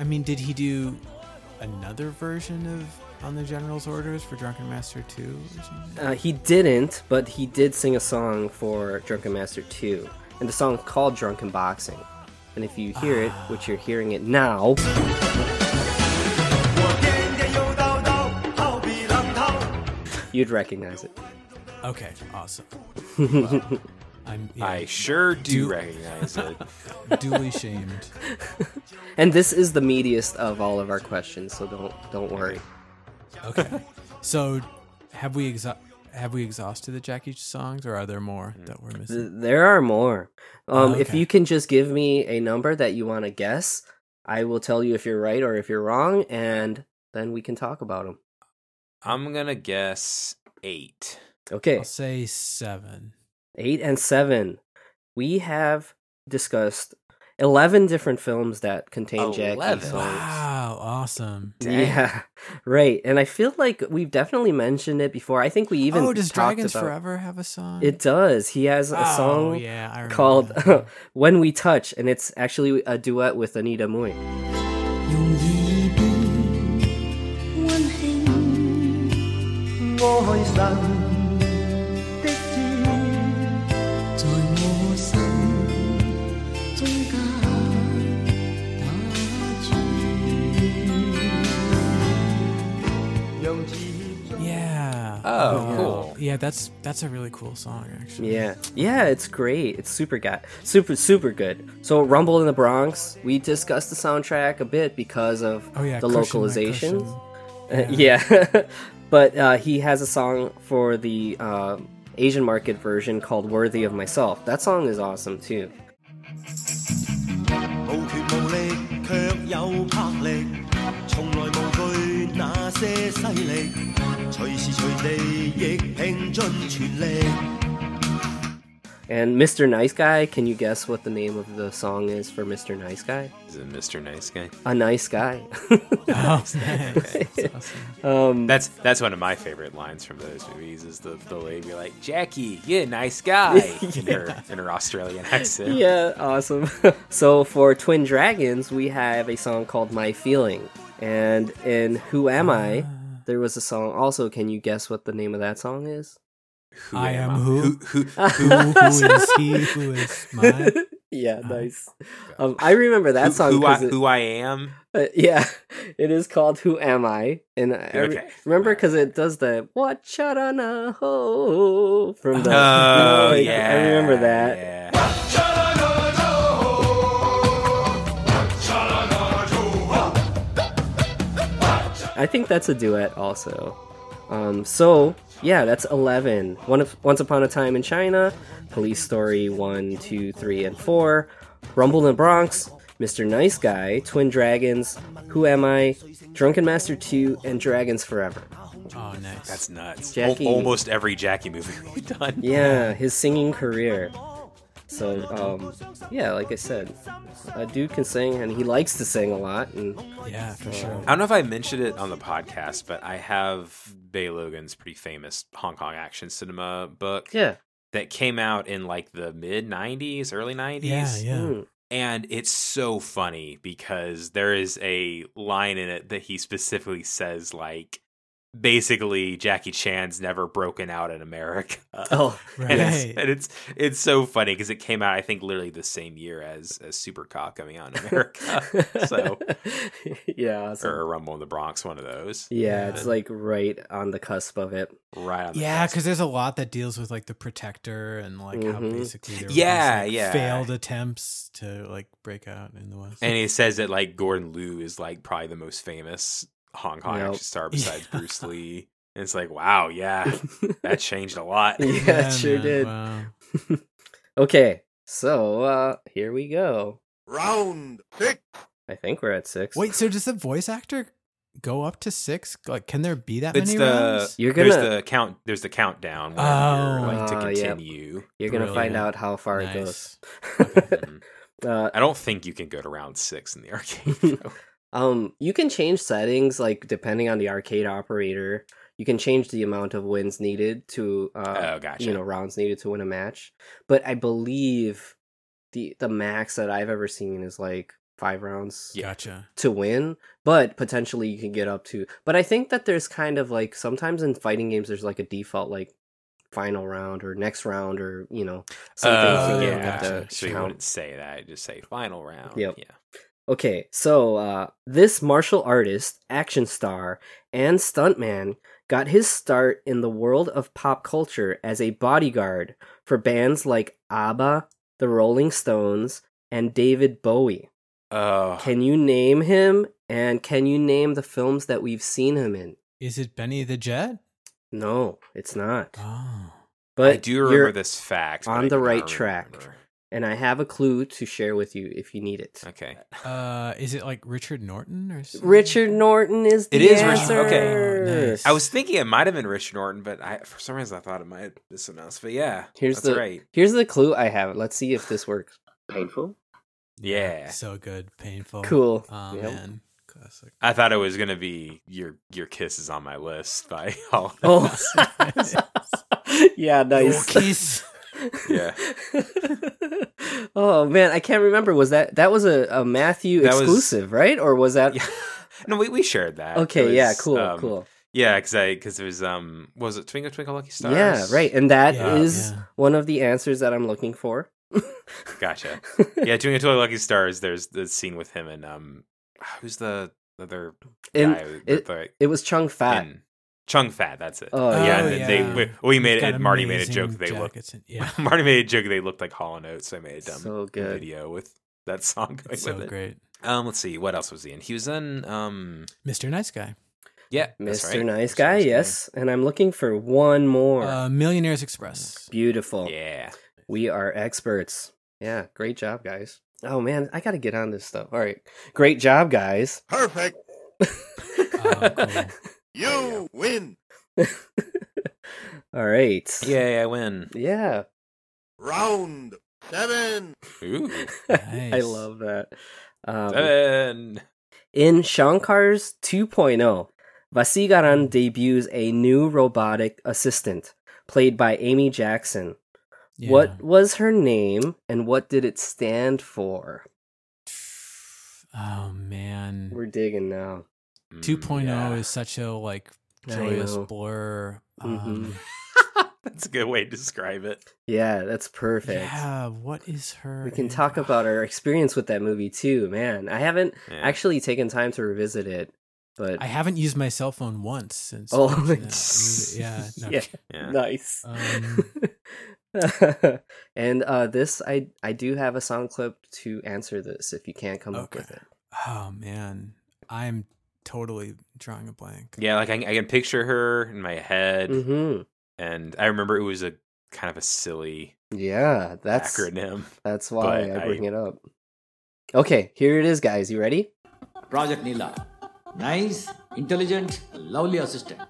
Speaker 2: I mean, did he do another version of On the General's Orders for Drunken Master Two? Or something?
Speaker 3: Uh, he didn't, but he did sing a song for Drunken Master 2, and the song's called Drunken Boxing. And if you hear it, which you're hearing it now,
Speaker 7: 我癲嘅要鬥鬥，後邊能偷。
Speaker 3: you'd recognize it.
Speaker 2: Okay, awesome. I'm yeah,
Speaker 1: I sure do recognize it.
Speaker 2: duly shamed.
Speaker 3: And this is the meatiest of all of our questions, so don't don't worry.
Speaker 2: Okay, so have we exa- have we exhausted the Jackie songs, or are there more that we're missing?
Speaker 3: Th- There are more. Um,
Speaker 2: Oh,
Speaker 3: If
Speaker 2: okay.
Speaker 3: you can just give me a number that you want to guess, I will tell you if you're right or if you're wrong, and then we can talk about them.
Speaker 1: I'm gonna guess eight.
Speaker 3: Okay,
Speaker 2: I'll say seven.
Speaker 3: eight and seven. We have discussed eleven different films that contain Jackie
Speaker 1: 11?
Speaker 3: songs.
Speaker 2: Wow, awesome.
Speaker 1: Dang.
Speaker 3: Yeah, right. And I feel like we've definitely mentioned it before. I think we even
Speaker 2: oh, does
Speaker 3: talked
Speaker 2: Dragons
Speaker 3: about-
Speaker 2: Forever have a song?
Speaker 3: It does. He has a
Speaker 2: oh,
Speaker 3: song
Speaker 2: yeah, I remember
Speaker 3: called
Speaker 2: that song.
Speaker 3: "When We Touch," and it's actually a duet with Anita Mui.
Speaker 2: Yeah.
Speaker 1: Oh,
Speaker 2: yeah.
Speaker 1: cool.
Speaker 2: Yeah, that's that's a really cool song actually.
Speaker 3: Yeah, yeah, it's great. It's super got super super good. So Rumble in the Bronx, we discussed the soundtrack a bit because of
Speaker 2: Oh yeah,
Speaker 3: the
Speaker 2: Cushion, My
Speaker 3: localizations.
Speaker 2: Cushion.
Speaker 3: Uh, yeah. but uh, he has a song for the um Asian market version called Worthy of Myself. That song is awesome too.
Speaker 7: 無權無力，卻有魄力，從來無懼那些勢力，隨時隨地亦拼盡全力。
Speaker 3: And Mr. Nice Guy, can you guess what the name of the song is for Mr. Nice Guy?
Speaker 1: Is it Mr. Nice Guy?
Speaker 3: A Nice Guy.
Speaker 2: Oh, nice. That's awesome.
Speaker 3: Um,
Speaker 1: That's that's one of my favorite lines from those movies. Is the the lady like Jackie, you a nice guy in her in her Australian accent.
Speaker 3: yeah, awesome. so for Twin Dragons, we have a song called My Feeling. And in Who Am I,
Speaker 1: Ah.
Speaker 3: there was a song also. Can you guess what the name of that song is?
Speaker 1: Who
Speaker 2: I am
Speaker 1: Who, who,
Speaker 2: who? who, who is he? Who is mine?
Speaker 3: Yeah, nice. Um, I remember that
Speaker 1: who,
Speaker 3: song.
Speaker 1: who, I,
Speaker 3: 'cause it-
Speaker 1: who I am?
Speaker 3: Uh, yeah, it is called "Who Am I?" and I re-
Speaker 1: Okay.
Speaker 3: remember because it does the "What Charana Ho" from the.
Speaker 1: Oh
Speaker 3: like,
Speaker 1: yeah,
Speaker 3: I remember that.
Speaker 1: Yeah.
Speaker 3: I think that's a duet also. Um, so yeah, that's eleven. One of Once Upon a Time in China, Police Story one, two, three, and four, Rumble in the Bronx, Mr. Nice Guy, Twin Dragons, Who Am I, Drunken Master two, and Dragons Forever.
Speaker 2: Oh, nice.
Speaker 1: That's nuts.
Speaker 3: Jackie-
Speaker 1: Al- almost every Jackie movie we've done.
Speaker 3: Yeah, his singing career. So, um, yeah, like I said, a dude can sing and he likes to sing a lot. And
Speaker 2: yeah, for sure.
Speaker 1: I don't know if I mentioned it on the podcast, but I have Bay Logan's pretty famous Hong Kong action cinema book
Speaker 3: yeah,
Speaker 1: that came out in like the mid 90s, early 90s.
Speaker 2: Yeah, yeah.
Speaker 3: mm,
Speaker 1: And it's so funny because there is a line in it that he specifically says, like, basically Jackie Chan's never broken out in America.
Speaker 3: Oh,
Speaker 2: Right.
Speaker 1: and, it's, and it's it's so funny because it came out I think literally the same year as as Supercop coming out in America So-
Speaker 3: yeah, so-
Speaker 1: or Rumble in the Bronx, one of those.
Speaker 3: yeah, it's
Speaker 1: And
Speaker 3: like right on the cusp of it.
Speaker 1: right on. The
Speaker 2: Yeah,
Speaker 1: cusp.
Speaker 2: because there's a lot that deals with like the protector and like how
Speaker 3: Mhm.
Speaker 2: basically there were
Speaker 1: Yeah,
Speaker 2: these, like,
Speaker 1: yeah.
Speaker 2: failed attempts to like break out in the West.
Speaker 1: and he says that like Gordon Liu is like probably the most famous Hong Kong
Speaker 3: Yep.
Speaker 1: action star
Speaker 2: Yeah.
Speaker 1: besides Bruce Lee. And it's like, wow, yeah, that changed a lot.
Speaker 3: yeah, it sure
Speaker 2: man,
Speaker 3: did.
Speaker 2: wow.
Speaker 3: Okay, so uh here we go.
Speaker 4: Round pick.
Speaker 3: I think we're at six.
Speaker 2: Wait, so does the voice actor go up to six? Like, can there be that
Speaker 1: It's
Speaker 2: many
Speaker 1: the
Speaker 2: rounds?
Speaker 3: You're
Speaker 1: there's
Speaker 3: gonna-
Speaker 1: the count there's the countdown where
Speaker 2: Oh.
Speaker 1: you're like to
Speaker 3: Ah, yep.
Speaker 1: continue.
Speaker 3: You're gonna find
Speaker 2: Brilliant.
Speaker 3: out how far it goes.
Speaker 2: Nice.
Speaker 1: Mhm.
Speaker 3: uh,
Speaker 1: I don't think you can go to round six in the arcade. though.
Speaker 3: um, you can change settings like depending on the arcade operator. You can change the amount of wins needed to, uh,
Speaker 1: Oh, gotcha.
Speaker 3: you know, rounds needed to win a match. But I believe the the max that I've ever seen is like five rounds.
Speaker 1: Yeah.
Speaker 2: Gotcha.
Speaker 3: to win, but potentially you can get up to. But I think that there's kind of like sometimes in fighting games there's like a default like final round or next round or you know something
Speaker 1: Oh,
Speaker 2: things
Speaker 3: you
Speaker 2: you
Speaker 1: yeah.
Speaker 2: have to
Speaker 1: gotcha. So you
Speaker 3: count.
Speaker 1: wouldn't say that. Just say final round.
Speaker 3: Yep.
Speaker 1: Yeah.
Speaker 3: Okay, so uh, this martial artist, action star, and stuntman got his start in the world of pop culture as a bodyguard for bands like ABBA, the Rolling Stones, and David Bowie.
Speaker 1: Oh,
Speaker 3: Can you name him? And can you name the films that we've seen him in?
Speaker 2: Is it Benny the Jet?
Speaker 3: No, it's not.
Speaker 2: Oh.
Speaker 3: But
Speaker 1: I Ah, do
Speaker 3: you're-
Speaker 1: remember this fact. but
Speaker 3: on
Speaker 1: I do
Speaker 3: the
Speaker 1: not
Speaker 3: right track.
Speaker 1: remember.
Speaker 3: and I have a clue to share with you if you need it.
Speaker 1: Okay.
Speaker 2: Uh, is it like Richard Norton or something?
Speaker 3: Richard Norton is the
Speaker 1: It is Richard- Oh,
Speaker 3: answer.
Speaker 2: okay. Nice.
Speaker 1: I was thinking it might have been Richard Norton, but I for some reason I thought it might have been someone else. But yeah,
Speaker 3: Here's
Speaker 1: that's
Speaker 3: the-
Speaker 1: right.
Speaker 3: Here's the clue I have. Let's see if this works. Painful.
Speaker 1: Yeah,
Speaker 2: So good, painful.
Speaker 3: Cool.
Speaker 2: Oh
Speaker 3: Yep.
Speaker 2: man, classic.
Speaker 1: I thought it was gonna be your your kiss is on my list by all.
Speaker 3: Oh. yeah, nice.
Speaker 2: Your kiss.
Speaker 1: Yeah.
Speaker 3: oh man, I can't remember. Was that that was a, a Matthew
Speaker 1: That was-
Speaker 3: exclusive, right? Or was that
Speaker 1: Yeah. Uh, No, we, we shared that.
Speaker 3: Okay,
Speaker 1: It was,
Speaker 3: yeah, cool,
Speaker 1: um,
Speaker 3: cool.
Speaker 1: Yeah, because I because it was um was it Twinkle Twinkle Lucky Stars?
Speaker 3: Yeah, right. And that is
Speaker 1: Yeah.
Speaker 2: Yeah.
Speaker 3: one of the answers that I'm looking for.
Speaker 1: Gotcha. yeah, Twinkle Twinkle Lucky Stars. There's the scene with him and um who's the other
Speaker 3: And
Speaker 1: guy? with
Speaker 3: it-
Speaker 1: the-
Speaker 3: It was Chung Fat.
Speaker 1: and Chung Fat. That's it.
Speaker 3: Oh,
Speaker 1: yeah,
Speaker 3: yeah.
Speaker 1: and then they
Speaker 2: yeah.
Speaker 1: we, we made
Speaker 2: Got
Speaker 1: it. Marty made a
Speaker 2: amazing
Speaker 1: joke. That they looked.
Speaker 2: jackets and- yeah,
Speaker 1: Marty made a joke. They looked like Hall and Oates. So I made a dumb
Speaker 3: So good.
Speaker 1: video with that song going
Speaker 2: so
Speaker 1: with it.
Speaker 2: great.
Speaker 1: Um, let's see. What else was he in? He was in. Um,
Speaker 2: Mr. Nice Guy,
Speaker 1: yeah, that's
Speaker 3: Mr.
Speaker 1: right.
Speaker 3: Nice
Speaker 1: Mr.
Speaker 3: Guy, yes. And I'm looking for one more.
Speaker 2: uh, Millionaires Express.
Speaker 3: Beautiful.
Speaker 1: Yeah.
Speaker 3: We are experts. Yeah, great job, guys. Oh man, I gotta get on this stuff. All right, great job, guys.
Speaker 4: Perfect.
Speaker 2: Oh, cool.
Speaker 4: You win.
Speaker 3: All right.
Speaker 1: Yeah, I win.
Speaker 3: Yeah.
Speaker 4: Round seven.
Speaker 1: Ooh.
Speaker 3: I
Speaker 2: Nice.
Speaker 3: love that. Um,
Speaker 1: Seven.
Speaker 3: in Shankar's 2.0, Vasigaran oh, debuts a new robotic assistant played by Amy Jackson.
Speaker 2: Yeah.
Speaker 3: What was her name and what did it stand for?
Speaker 2: Oh man,
Speaker 3: We're digging now.
Speaker 1: Mm,
Speaker 2: 2.0
Speaker 1: yeah.
Speaker 2: is such a like
Speaker 3: I
Speaker 2: joyous
Speaker 3: know. Mm-hmm.
Speaker 2: blur. Um,
Speaker 1: That's a good way to describe it.
Speaker 3: Yeah, that's perfect.
Speaker 2: yeah, what is her?
Speaker 3: We can talk about our experience with that movie too, man. I haven't
Speaker 1: Yeah.
Speaker 3: actually taken time to revisit it, but
Speaker 2: I haven't used my cell phone once since.
Speaker 3: Oh,
Speaker 2: watching that
Speaker 3: it's-
Speaker 2: movie. yeah, no,
Speaker 3: yeah.
Speaker 1: yeah.
Speaker 3: nice.
Speaker 2: Um,
Speaker 3: and uh, this, I I do have a sound clip to answer this if you can't come up
Speaker 2: Okay.
Speaker 3: with it.
Speaker 2: Oh man, I'm totally drawing a blank.
Speaker 1: Yeah, like I, I can picture her in my head,
Speaker 3: hmm
Speaker 1: and I remember it was a kind of a silly
Speaker 3: Yeah, that's
Speaker 1: acronym.
Speaker 3: that's why
Speaker 1: but
Speaker 3: I
Speaker 1: I-
Speaker 3: bring it up. Okay, here it is, guys. You ready?
Speaker 8: Project Nila. Nice, intelligent, lovely assistant.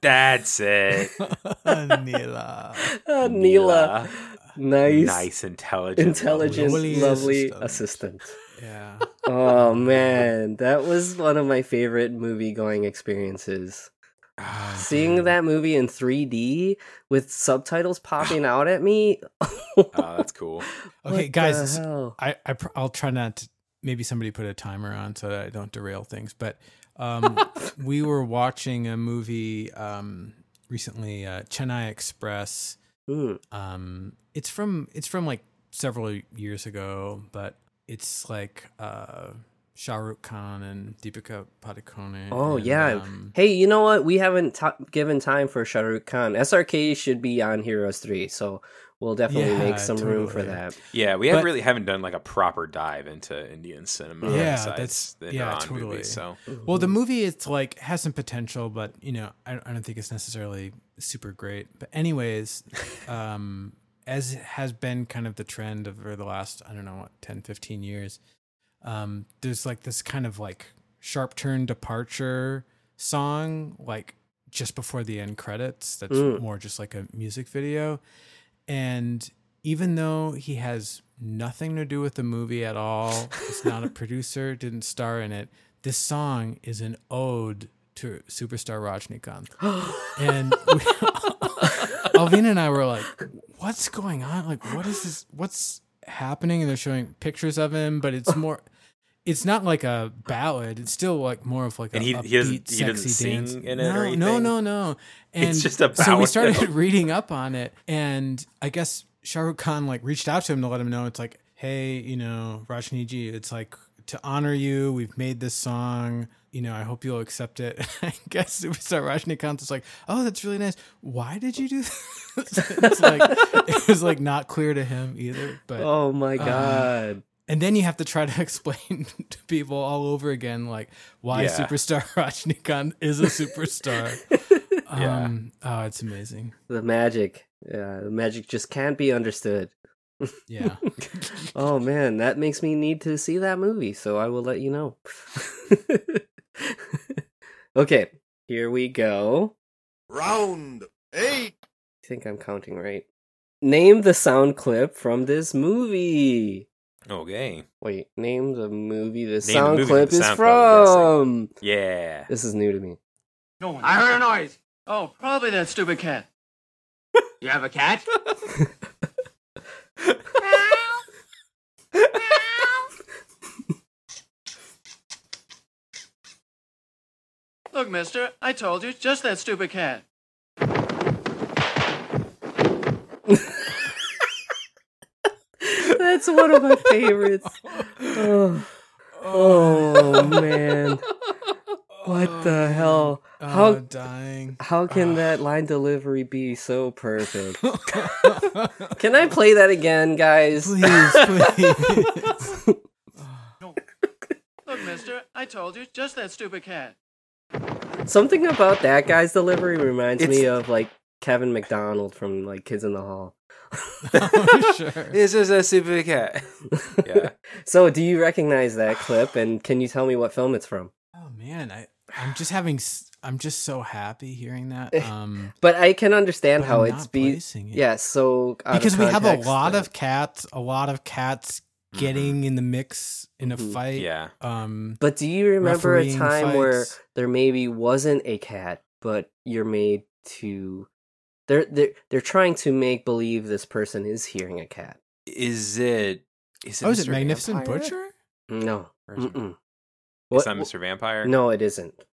Speaker 1: That's it.
Speaker 2: Nila.
Speaker 3: Uh, Neela, nice,
Speaker 1: nice, intelligent,
Speaker 3: intelligent,
Speaker 2: Lovely
Speaker 3: lovely
Speaker 2: assistant.
Speaker 3: assistant.
Speaker 2: Yeah.
Speaker 3: oh man, that was one of my favorite movie going experiences.
Speaker 2: Oh,
Speaker 1: Ah,
Speaker 3: Seeing that movie in 3D with subtitles popping out at me.
Speaker 1: Oh, that's cool.
Speaker 2: Uh, Okay,
Speaker 3: What
Speaker 2: guys,
Speaker 3: the
Speaker 2: this-
Speaker 3: hell?
Speaker 2: I, I pr- I'll try not to maybe somebody put a timer on so that I don't derail things. But um, we were watching a movie um, recently, uh, Chennai Express.
Speaker 3: Mm.
Speaker 2: Um, it's from it's from like several years ago, but it's like uh, Shah Rukh Khan and Deepika Padukone.
Speaker 3: Oh
Speaker 2: and,
Speaker 3: yeah.
Speaker 2: um,
Speaker 3: hey, you know what? We haven't ta given time for Shah Rukh Khan. SRK should be on Heroes Three, so we'll definitely
Speaker 2: Yeah,
Speaker 3: make some room for
Speaker 2: totally.
Speaker 3: that.
Speaker 1: Yeah, we have
Speaker 2: But-
Speaker 1: really haven't done like a proper dive into Indian cinema.
Speaker 2: Yeah,
Speaker 1: besides
Speaker 2: that's-
Speaker 1: the
Speaker 2: yeah,
Speaker 1: Iran
Speaker 2: totally.
Speaker 1: movies, so
Speaker 3: Mm.
Speaker 2: Well, the movie it's like has some potential, but you know, I, I don't think it's necessarily super great. But anyways, um, as has been kind of the trend over the last I don't know what 10, 15 years, um, there's like this kind of like sharp turn departure song like just before the end credits. That's
Speaker 3: Mm.
Speaker 2: more just like a music video, and even though he has nothing to do with the movie at all, it's not a producer, didn't star in it. This song is an ode to superstar Rajnikanth. And we- Alvin and I were like, what's going on? Like, what is this? What's happening? And they're showing pictures of him, but it's more, it's not like a ballad. It's still like more of like
Speaker 1: And
Speaker 2: a
Speaker 1: he- he doesn't-
Speaker 2: upbeat,
Speaker 1: he doesn't
Speaker 2: sexy
Speaker 1: sing
Speaker 2: dance.
Speaker 1: in it
Speaker 2: no,
Speaker 1: or
Speaker 2: No,
Speaker 1: anything?
Speaker 2: no, no. And
Speaker 1: just a
Speaker 2: So we
Speaker 1: ballad.
Speaker 2: started reading up on it, and I guess Shah Rukh Khan like reached out to him to let him know it's like, hey, you know, Rajniji, it's like to honor you, we've made this song. You know, I hope you'll accept it. I guess Superstar Rajnikant was uh, like, oh, that's really nice. Why did you do this? it's like it was like not clear to him either. But uh,
Speaker 3: Oh my god.
Speaker 2: and then you have to try to explain to people all over again, like why
Speaker 1: Yeah.
Speaker 2: superstar Rajnikant is a superstar. um, Oh, it's amazing.
Speaker 3: the magic. Yeah, the magic just can't be understood.
Speaker 2: Yeah.
Speaker 3: Oh man, that makes me need to see that movie, so I will let you know. okay, here we go.
Speaker 4: Round 8.
Speaker 3: I think I'm counting right. Name the sound clip from this movie.
Speaker 1: okay,
Speaker 3: Wait, name the movie this
Speaker 1: Name the
Speaker 3: sound
Speaker 1: movie
Speaker 3: clip
Speaker 1: the
Speaker 3: is
Speaker 1: sound clip,
Speaker 3: from.
Speaker 1: yeah,
Speaker 3: This is new to me.
Speaker 6: I heard a noise. Oh, probably that stupid cat. you have a cat? Look, mister, I told you, just that stupid cat.
Speaker 3: That's one of my favorites. Oh, oh, man. What the hell?
Speaker 2: Oh,
Speaker 3: How-
Speaker 2: dying.
Speaker 3: How can that line delivery be so perfect? Can I play that again, guys?
Speaker 2: please, please.
Speaker 6: Look, mister, I told you, just that stupid cat.
Speaker 3: Something about that guy's delivery reminds me
Speaker 1: It's-
Speaker 3: of like Kevin McDonald from like Kids in the Hall.
Speaker 2: Oh, sure.
Speaker 1: this is a super cat. yeah,
Speaker 3: So, do you recognize that clip and can you tell me what film it's from?
Speaker 2: Oh man, I I'm just having s- I'm just so happy hearing that. Um,
Speaker 3: But I can understand
Speaker 2: But
Speaker 3: Eh, how
Speaker 2: I'm
Speaker 3: it's
Speaker 2: not
Speaker 3: be
Speaker 2: placing it.
Speaker 3: Yeah, so out of
Speaker 2: because we have a
Speaker 3: context, Mm-hmm.
Speaker 2: lot
Speaker 3: uh,
Speaker 2: of cats, a lot of cats getting in the mix in a
Speaker 3: Mhm.
Speaker 2: fight.
Speaker 1: Mm-hmm. yeah.
Speaker 2: Um,
Speaker 3: But do you remember a
Speaker 2: refereeing
Speaker 3: time where
Speaker 2: fights.
Speaker 3: there maybe wasn't a cat, but you're made to they're they're they're trying to make believe this person is hearing a cat.
Speaker 1: Is it? Is it
Speaker 2: oh, is it
Speaker 1: Mr.
Speaker 2: Magnificent
Speaker 1: Vampire?
Speaker 2: Butcher?
Speaker 3: No.
Speaker 1: Or is it-
Speaker 3: Mm-mm.
Speaker 1: It's not Mr. Vampire.
Speaker 3: No, it isn't.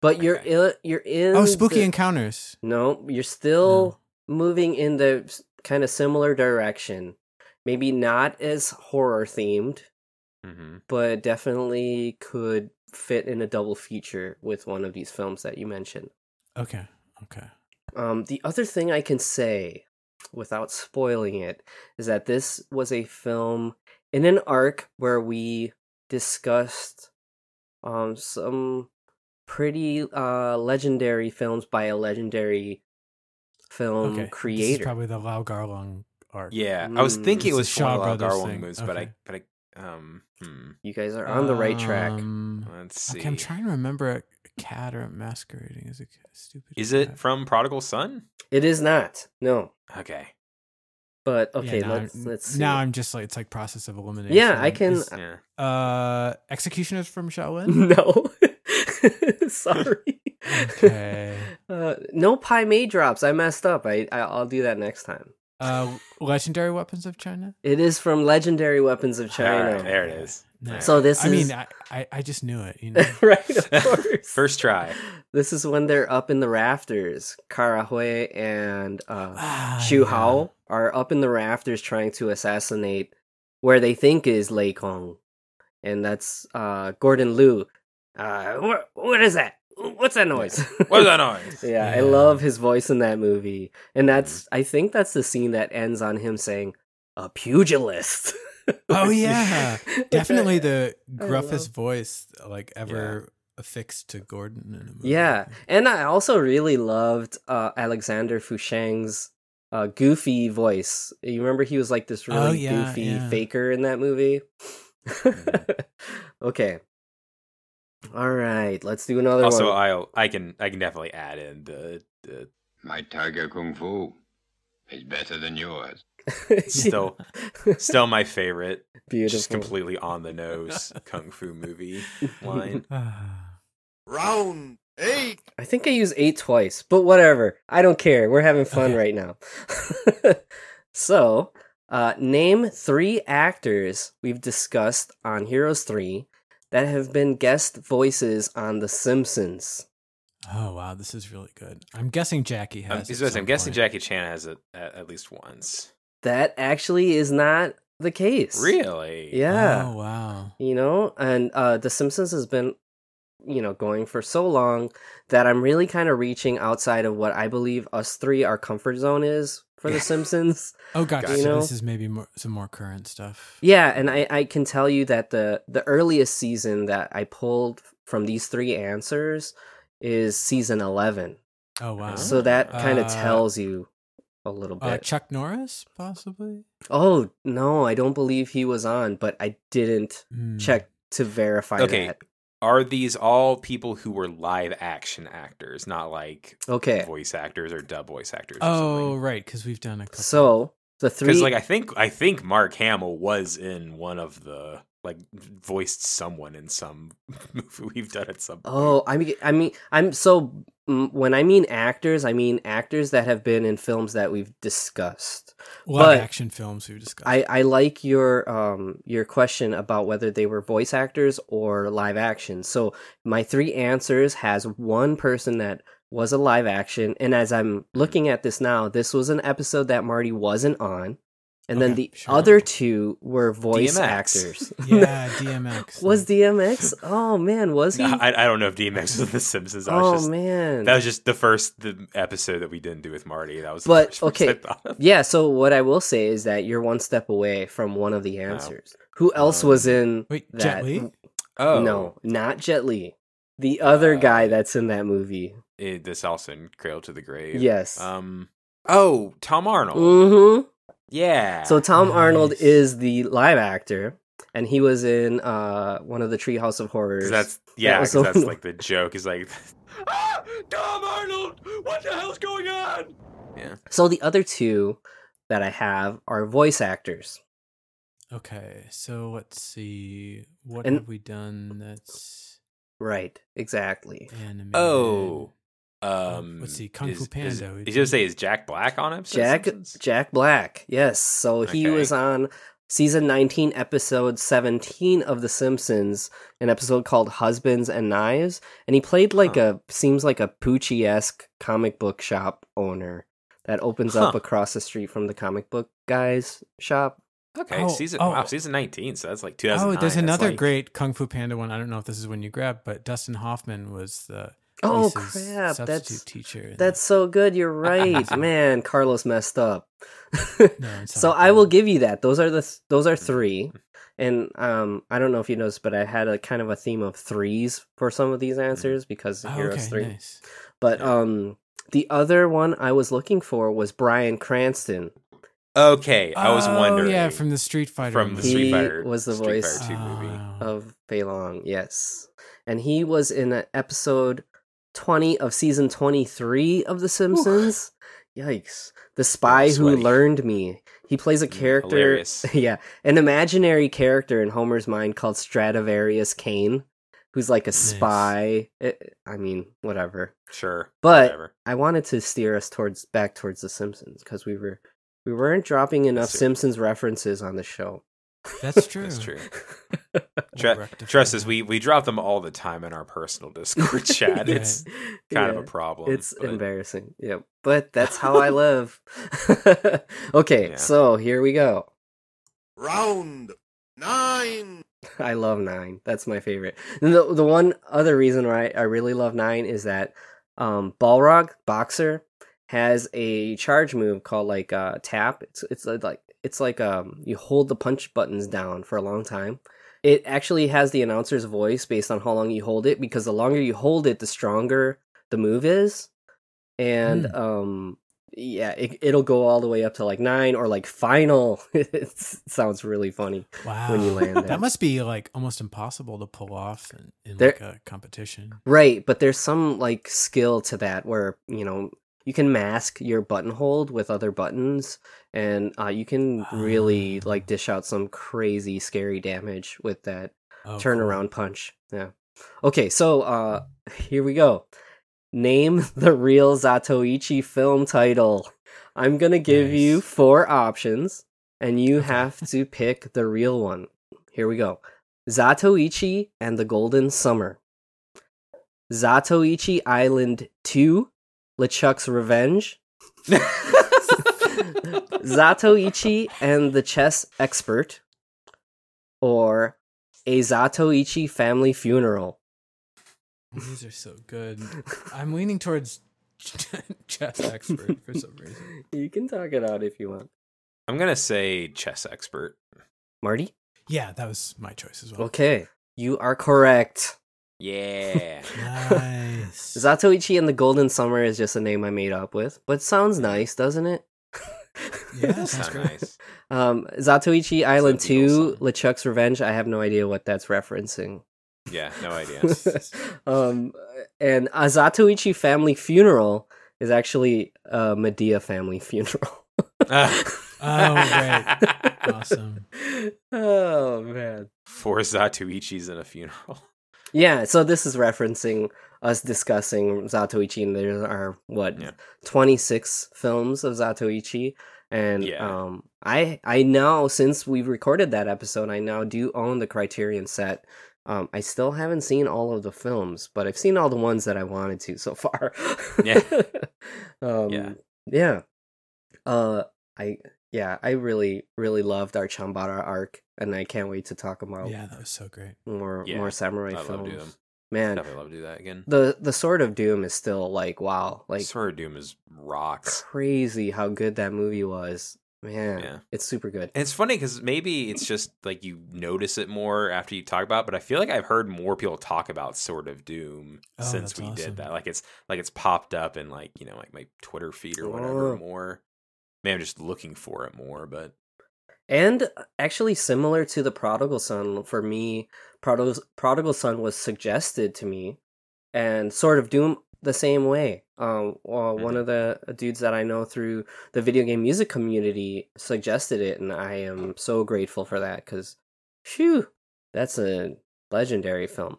Speaker 3: But you're
Speaker 1: Okay.
Speaker 3: il- you're in
Speaker 2: Oh, Spooky
Speaker 3: the-
Speaker 2: Encounters.
Speaker 3: No, you're still moving in the kind of similar direction. Maybe not as horror themed,
Speaker 1: Mm-hmm.
Speaker 3: but definitely could fit in a double feature with one of these films that you mentioned.
Speaker 2: Okay, okay.
Speaker 3: Um, the other thing I can say, without spoiling it, is that this was a film in an arc where we discussed um, some pretty uh, legendary films by a legendary film
Speaker 2: okay. This is
Speaker 3: creator.
Speaker 2: probably the Lau Garlong arc.
Speaker 1: Yeah, I was
Speaker 3: Mm.
Speaker 1: thinking it
Speaker 2: It's a
Speaker 1: was
Speaker 2: Shaw
Speaker 1: Shaw
Speaker 2: Brothers
Speaker 1: Garwong
Speaker 2: thing.
Speaker 1: moves, but I,
Speaker 2: Okay.
Speaker 1: but I, um, hmm.
Speaker 3: You guys are on the right track.
Speaker 2: Um,
Speaker 1: let's see.
Speaker 2: Okay, I'm trying to remember a cat or masquerading as a cat. stupid.
Speaker 1: Is it
Speaker 2: cat.
Speaker 1: from Prodigal Son?
Speaker 3: It is not. No.
Speaker 1: Okay.
Speaker 3: But
Speaker 2: Yeah,
Speaker 3: okay,
Speaker 2: now
Speaker 3: let's
Speaker 2: I'm-
Speaker 3: let's see.
Speaker 2: Now I'm just like it's like process of elimination.
Speaker 3: yeah, I can
Speaker 2: Is,
Speaker 1: Yeah.
Speaker 2: uh, executioners from Shaolin.
Speaker 3: No. Sorry.
Speaker 2: Okay.
Speaker 3: Uh, no pie may drops. I messed up. I, I I'll do that next time.
Speaker 2: Uh, legendary weapons of China.
Speaker 3: It is from Legendary Weapons of
Speaker 1: All
Speaker 3: China.
Speaker 1: right, there it is.
Speaker 2: No.
Speaker 3: So this
Speaker 2: I
Speaker 3: is
Speaker 2: mean, I, I, I just knew it. You know,
Speaker 3: right, of course.
Speaker 1: First try.
Speaker 3: This is when they're up in the rafters. Karahui and uh,
Speaker 2: ah,
Speaker 3: Shu
Speaker 2: yeah.
Speaker 3: Hao are up in the rafters trying to assassinate where they think is Lei Kong, and that's uh, Gordon Liu. Uh, what, what is that? What's that noise?
Speaker 1: What is that noise?
Speaker 3: yeah, I
Speaker 2: Yeah.
Speaker 3: love his voice in that movie, and
Speaker 1: Mm-hmm.
Speaker 3: that's I think that's the scene that ends on him saying a pugilist.
Speaker 2: Oh yeah, definitely the
Speaker 3: I
Speaker 2: gruffest
Speaker 3: love-
Speaker 2: voice like ever affixed to Gordon in a movie.
Speaker 3: Yeah, and I also really loved uh, Alexander Fushang's uh, goofy voice. You remember he was like this really
Speaker 2: Oh, yeah,
Speaker 3: goofy
Speaker 2: yeah. Mm.
Speaker 3: faker in that movie. okay. All right, let's do another
Speaker 1: Also,
Speaker 3: one.
Speaker 1: I I can I can definitely add in the, the
Speaker 9: My tiger kung fu is better than yours.
Speaker 1: still still my favorite,
Speaker 3: beautiful.
Speaker 1: just completely on the nose kung fu movie line.
Speaker 2: Ah.
Speaker 4: Round eight.
Speaker 3: I think I used eight twice, but whatever. I don't care. We're having fun
Speaker 2: Okay.
Speaker 3: right now. so, uh, name three actors we've discussed on Heroes 3 that have been guest voices on The Simpsons.
Speaker 2: Oh wow, this is really good. I'm guessing Jackie
Speaker 1: I'm,
Speaker 2: has. it
Speaker 1: I'm
Speaker 2: some
Speaker 1: guessing
Speaker 2: point.
Speaker 1: Jackie Chan has it at, at least once.
Speaker 3: That actually is not the case.
Speaker 1: Really?
Speaker 3: Yeah.
Speaker 2: Oh wow.
Speaker 3: you know and uh the simpsons has been you know going for so long that i'm really kind of reaching outside of what i believe us three our comfort zone is for the simpsons
Speaker 2: Oh god,
Speaker 1: Gotcha.
Speaker 2: so
Speaker 3: You know-
Speaker 2: this is maybe more, some more current stuff.
Speaker 3: yeah and i i can tell you that the the earliest season that i pulled from these three answers is season 11
Speaker 2: Oh wow.
Speaker 3: so that
Speaker 1: Ah.
Speaker 3: kind of
Speaker 2: Uh,
Speaker 3: tells you a little bit
Speaker 2: uh, Chuck Norris possibly.
Speaker 3: oh no i don't believe he was on but i didn't
Speaker 2: Hmm.
Speaker 3: check to verify
Speaker 1: Okay.
Speaker 3: that
Speaker 1: Are these all people who were live action actors, not like
Speaker 3: okay
Speaker 1: voice actors or dub voice actors?
Speaker 2: Oh right, because we've done a couple.
Speaker 3: so the
Speaker 1: because
Speaker 3: three
Speaker 1: like I think I think Mark Hamill was in one of the like voiced someone in some movie we've done at some. point.
Speaker 3: Oh, I mean, I mean, I'm so mm, when I mean actors, I mean actors that have been in films that we've discussed.
Speaker 2: live
Speaker 3: but-
Speaker 2: action films we've discussed.
Speaker 3: I I like your um your question about whether they were voice actors or live action. So my three answers has one person that was a live action, and as I'm looking at this now, this was an episode that Marty wasn't on, and then
Speaker 2: Okay,
Speaker 3: the
Speaker 2: sure.
Speaker 3: other two were voice
Speaker 1: DMX.
Speaker 3: actors.
Speaker 2: yeah, DMX
Speaker 3: was DMX? Oh man, was he?
Speaker 1: No, I, I don't know if DMX was in The Simpsons. I was
Speaker 3: oh
Speaker 1: just,
Speaker 3: man,
Speaker 1: That was just the first the episode that we didn't do with Marty. That was the
Speaker 3: But,
Speaker 1: first person
Speaker 3: okay.
Speaker 1: I thought of.
Speaker 3: Yeah, so what I will say is that you're one step away from one of the answers. Who else was
Speaker 1: Um,
Speaker 3: in
Speaker 2: Wait,
Speaker 3: that?
Speaker 2: Jet Li?
Speaker 1: Oh
Speaker 3: No, not Jet Li. The other
Speaker 1: Uh,
Speaker 3: guy that's in that movie.
Speaker 1: It, eh, this also in Cradle to the Grave.
Speaker 3: Yes.
Speaker 1: Um. Oh, Tom Arnold.
Speaker 3: hmm
Speaker 1: Yeah.
Speaker 3: So Tom
Speaker 2: Nice.
Speaker 3: Arnold is the live actor, and he was in uh, one of the Treehouse of Horrors.
Speaker 1: 'Cause that's yeah.
Speaker 3: was
Speaker 1: 'cause
Speaker 3: the-
Speaker 1: that's like the joke is like, ah, Tom Arnold, what the hell's going on?
Speaker 3: So the other two that I have are voice actors.
Speaker 2: Okay, so let's see. What
Speaker 3: And-
Speaker 2: have we done that's
Speaker 3: Right, exactly.
Speaker 2: animated?
Speaker 1: Oh. Um.
Speaker 2: Let's see, Kung
Speaker 1: is-
Speaker 2: Fu Panda,
Speaker 1: Is,
Speaker 2: we
Speaker 1: is,
Speaker 2: did.
Speaker 1: you say is Jack Black on it?
Speaker 3: Jack Jack Black. Yes. So he
Speaker 1: Okay.
Speaker 3: was on season 19 episode 17 of the Simpsons, an episode called Husbands and Knives, and he played like a seems like a Poochie-esque comic book shop owner that opens up
Speaker 1: Huh.
Speaker 3: across the street from the comic book guy's shop.
Speaker 1: Okay.
Speaker 2: Oh,
Speaker 1: season.
Speaker 2: oh.
Speaker 1: Wow. Season nineteen. So that's like two thousand.
Speaker 2: Oh, there's another great Kung Fu Panda one. I don't know if this is when you grabbed, but Dustin Hoffman was the
Speaker 3: Oh
Speaker 2: Lisa's
Speaker 3: crap.
Speaker 2: substitute
Speaker 3: That's
Speaker 2: teacher. in that.
Speaker 3: that's so good. You're right. Man, Carlos messed up.
Speaker 2: No, it's
Speaker 3: so
Speaker 2: not. Mm-hmm.
Speaker 3: I will give you that. Those are the th- those are three, and um, I don't know if you noticed, but I had a kind of a theme of threes for some of these answers because
Speaker 2: Oh,
Speaker 3: Heroes
Speaker 2: okay,
Speaker 3: three.
Speaker 2: nice.
Speaker 3: But um, the other one I was looking for was Brian Cranston.
Speaker 1: Okay, I was
Speaker 2: Oh,
Speaker 1: wondering.
Speaker 2: Yeah, from the Street Fighter.
Speaker 1: from the
Speaker 2: movie.
Speaker 1: Street
Speaker 3: He
Speaker 1: Fighter
Speaker 3: was the
Speaker 1: Street
Speaker 3: voice-
Speaker 1: Fighter 2 movie.
Speaker 2: Ah.
Speaker 3: of Fei Long, yes, and he was in a episode twenty of season twenty three of The Simpsons. Yikes! The spy who
Speaker 1: sweaty.
Speaker 3: learned me. He plays a
Speaker 1: Mm,
Speaker 3: character.
Speaker 1: hilarious.
Speaker 3: yeah, an imaginary character in Homer's mind called Stradivarius Kane, who's like a
Speaker 2: Nice.
Speaker 3: spy. I I mean, whatever.
Speaker 1: Sure.
Speaker 3: But-
Speaker 1: whatever.
Speaker 3: I wanted to steer us towards back towards the Simpsons because we were we weren't dropping enough
Speaker 1: see.
Speaker 3: Simpsons references on the show.
Speaker 2: That's true.
Speaker 1: That's true.
Speaker 2: We'll
Speaker 1: Tru-
Speaker 2: rectify
Speaker 1: trust us,
Speaker 2: that.
Speaker 1: we, we drop them all the time in our personal Discord chat.
Speaker 2: Yeah.
Speaker 1: It's kind
Speaker 3: Yeah.
Speaker 1: of a problem.
Speaker 3: It's
Speaker 1: but-
Speaker 3: embarrassing. Yep. But that's how I live. okay,
Speaker 1: Yeah.
Speaker 3: so here we go.
Speaker 4: Round nine.
Speaker 3: I love nine. That's my favorite. And the the one other reason why I really love nine is that um Balrog Boxer has a charge move called like uh tap. It's it's uh, like it's like um you hold the punch buttons down for a long time. It actually has the announcer's voice based on how long you hold it because the longer you hold it, the stronger the move is. And um yeah, it, it'll go all the way up to like nine or like final. it sounds really funny.
Speaker 2: Wow.
Speaker 3: you land there.
Speaker 2: that must be like almost impossible to pull off in, in
Speaker 3: There-
Speaker 2: like a competition.
Speaker 3: Right, but there's some like skill to that where, you know, you can mask your button hold with other buttons and uh, you can really
Speaker 2: Ah.
Speaker 3: like dish out some crazy scary damage with that
Speaker 2: Oh,
Speaker 3: turnaround punch. Yeah. Okay, so uh here we go. Name the real Zatoichi film title. I'm going to give you
Speaker 2: Nice.
Speaker 3: four options and you have to pick the real one. Here we go. Zatoichi and the Golden Summer. Zatoichi Island 2, LeChuck's Revenge. Zatoichi and the Chess Expert. Or a Zatoichi family funeral.
Speaker 2: cool. These are so good. I'm leaning towards chess expert for some reason.
Speaker 3: You can talk it out if you want.
Speaker 1: I'm going to say chess expert.
Speaker 3: Marty?
Speaker 2: Yeah, that was my choice as well.
Speaker 3: Okay. You are correct.
Speaker 1: Yeah.
Speaker 2: Nice.
Speaker 3: Zatoichi and the Golden Summer is just a name I made up with, but sounds nice, doesn't it?
Speaker 2: yeah, sounds
Speaker 1: Sound
Speaker 2: great.
Speaker 1: nice.
Speaker 3: Um, Zatoichi Island
Speaker 1: the Eagle
Speaker 3: 2, LeChuck's Revenge. I have no idea what that's referencing.
Speaker 1: Yeah, no idea.
Speaker 3: um, and a Zatoichi family funeral is actually a Medea family funeral.
Speaker 1: Ah.
Speaker 2: Oh, great. Awesome.
Speaker 3: oh, man.
Speaker 1: Four Zatuichis in a funeral.
Speaker 3: Yeah, so this is referencing us discussing Zatoichi, and there are what
Speaker 1: Yeah.
Speaker 3: twenty six films of Zatoichi, and
Speaker 1: Yeah.
Speaker 3: um, I I now since we recorded that episode, I now do own the Criterion set. Um, I still haven't seen all of the films, but I've seen all the ones that I wanted to so far.
Speaker 1: Yeah.
Speaker 3: um,
Speaker 1: Yeah.
Speaker 3: yeah. Uh, I yeah, I really really loved our Chambara arc, and I can't wait to talk about
Speaker 2: Yeah, that was so great.
Speaker 3: more
Speaker 1: Yeah,
Speaker 3: more samurai
Speaker 1: I'd love to do
Speaker 3: films.
Speaker 1: them.
Speaker 3: Man,
Speaker 1: Definitely love to do that again.
Speaker 3: the the Sword of Doom is still like wow, like
Speaker 1: Sword of Doom is rocks.
Speaker 3: crazy how good that movie was. Man,
Speaker 1: Yeah.
Speaker 3: it's super good.
Speaker 1: And it's funny because maybe it's just like you notice it more after you talk about, it, but I feel like I've heard more people talk about Sword of Doom
Speaker 2: Oh,
Speaker 1: since
Speaker 2: that's
Speaker 1: we
Speaker 2: awesome.
Speaker 1: did that. Like it's like it's popped up in like you know like my Twitter feed or whatever
Speaker 3: Oh.
Speaker 1: more. Maybe I'm just looking for it more, but
Speaker 3: And uh, actually similar to the Prodigal Son for me, Prodigal Prodigal Son was suggested to me and Sword of Doom the same way. Um well, one of the uh, dudes that I know through the video game music community suggested it and I am so grateful for that cuz phew, that's a legendary film.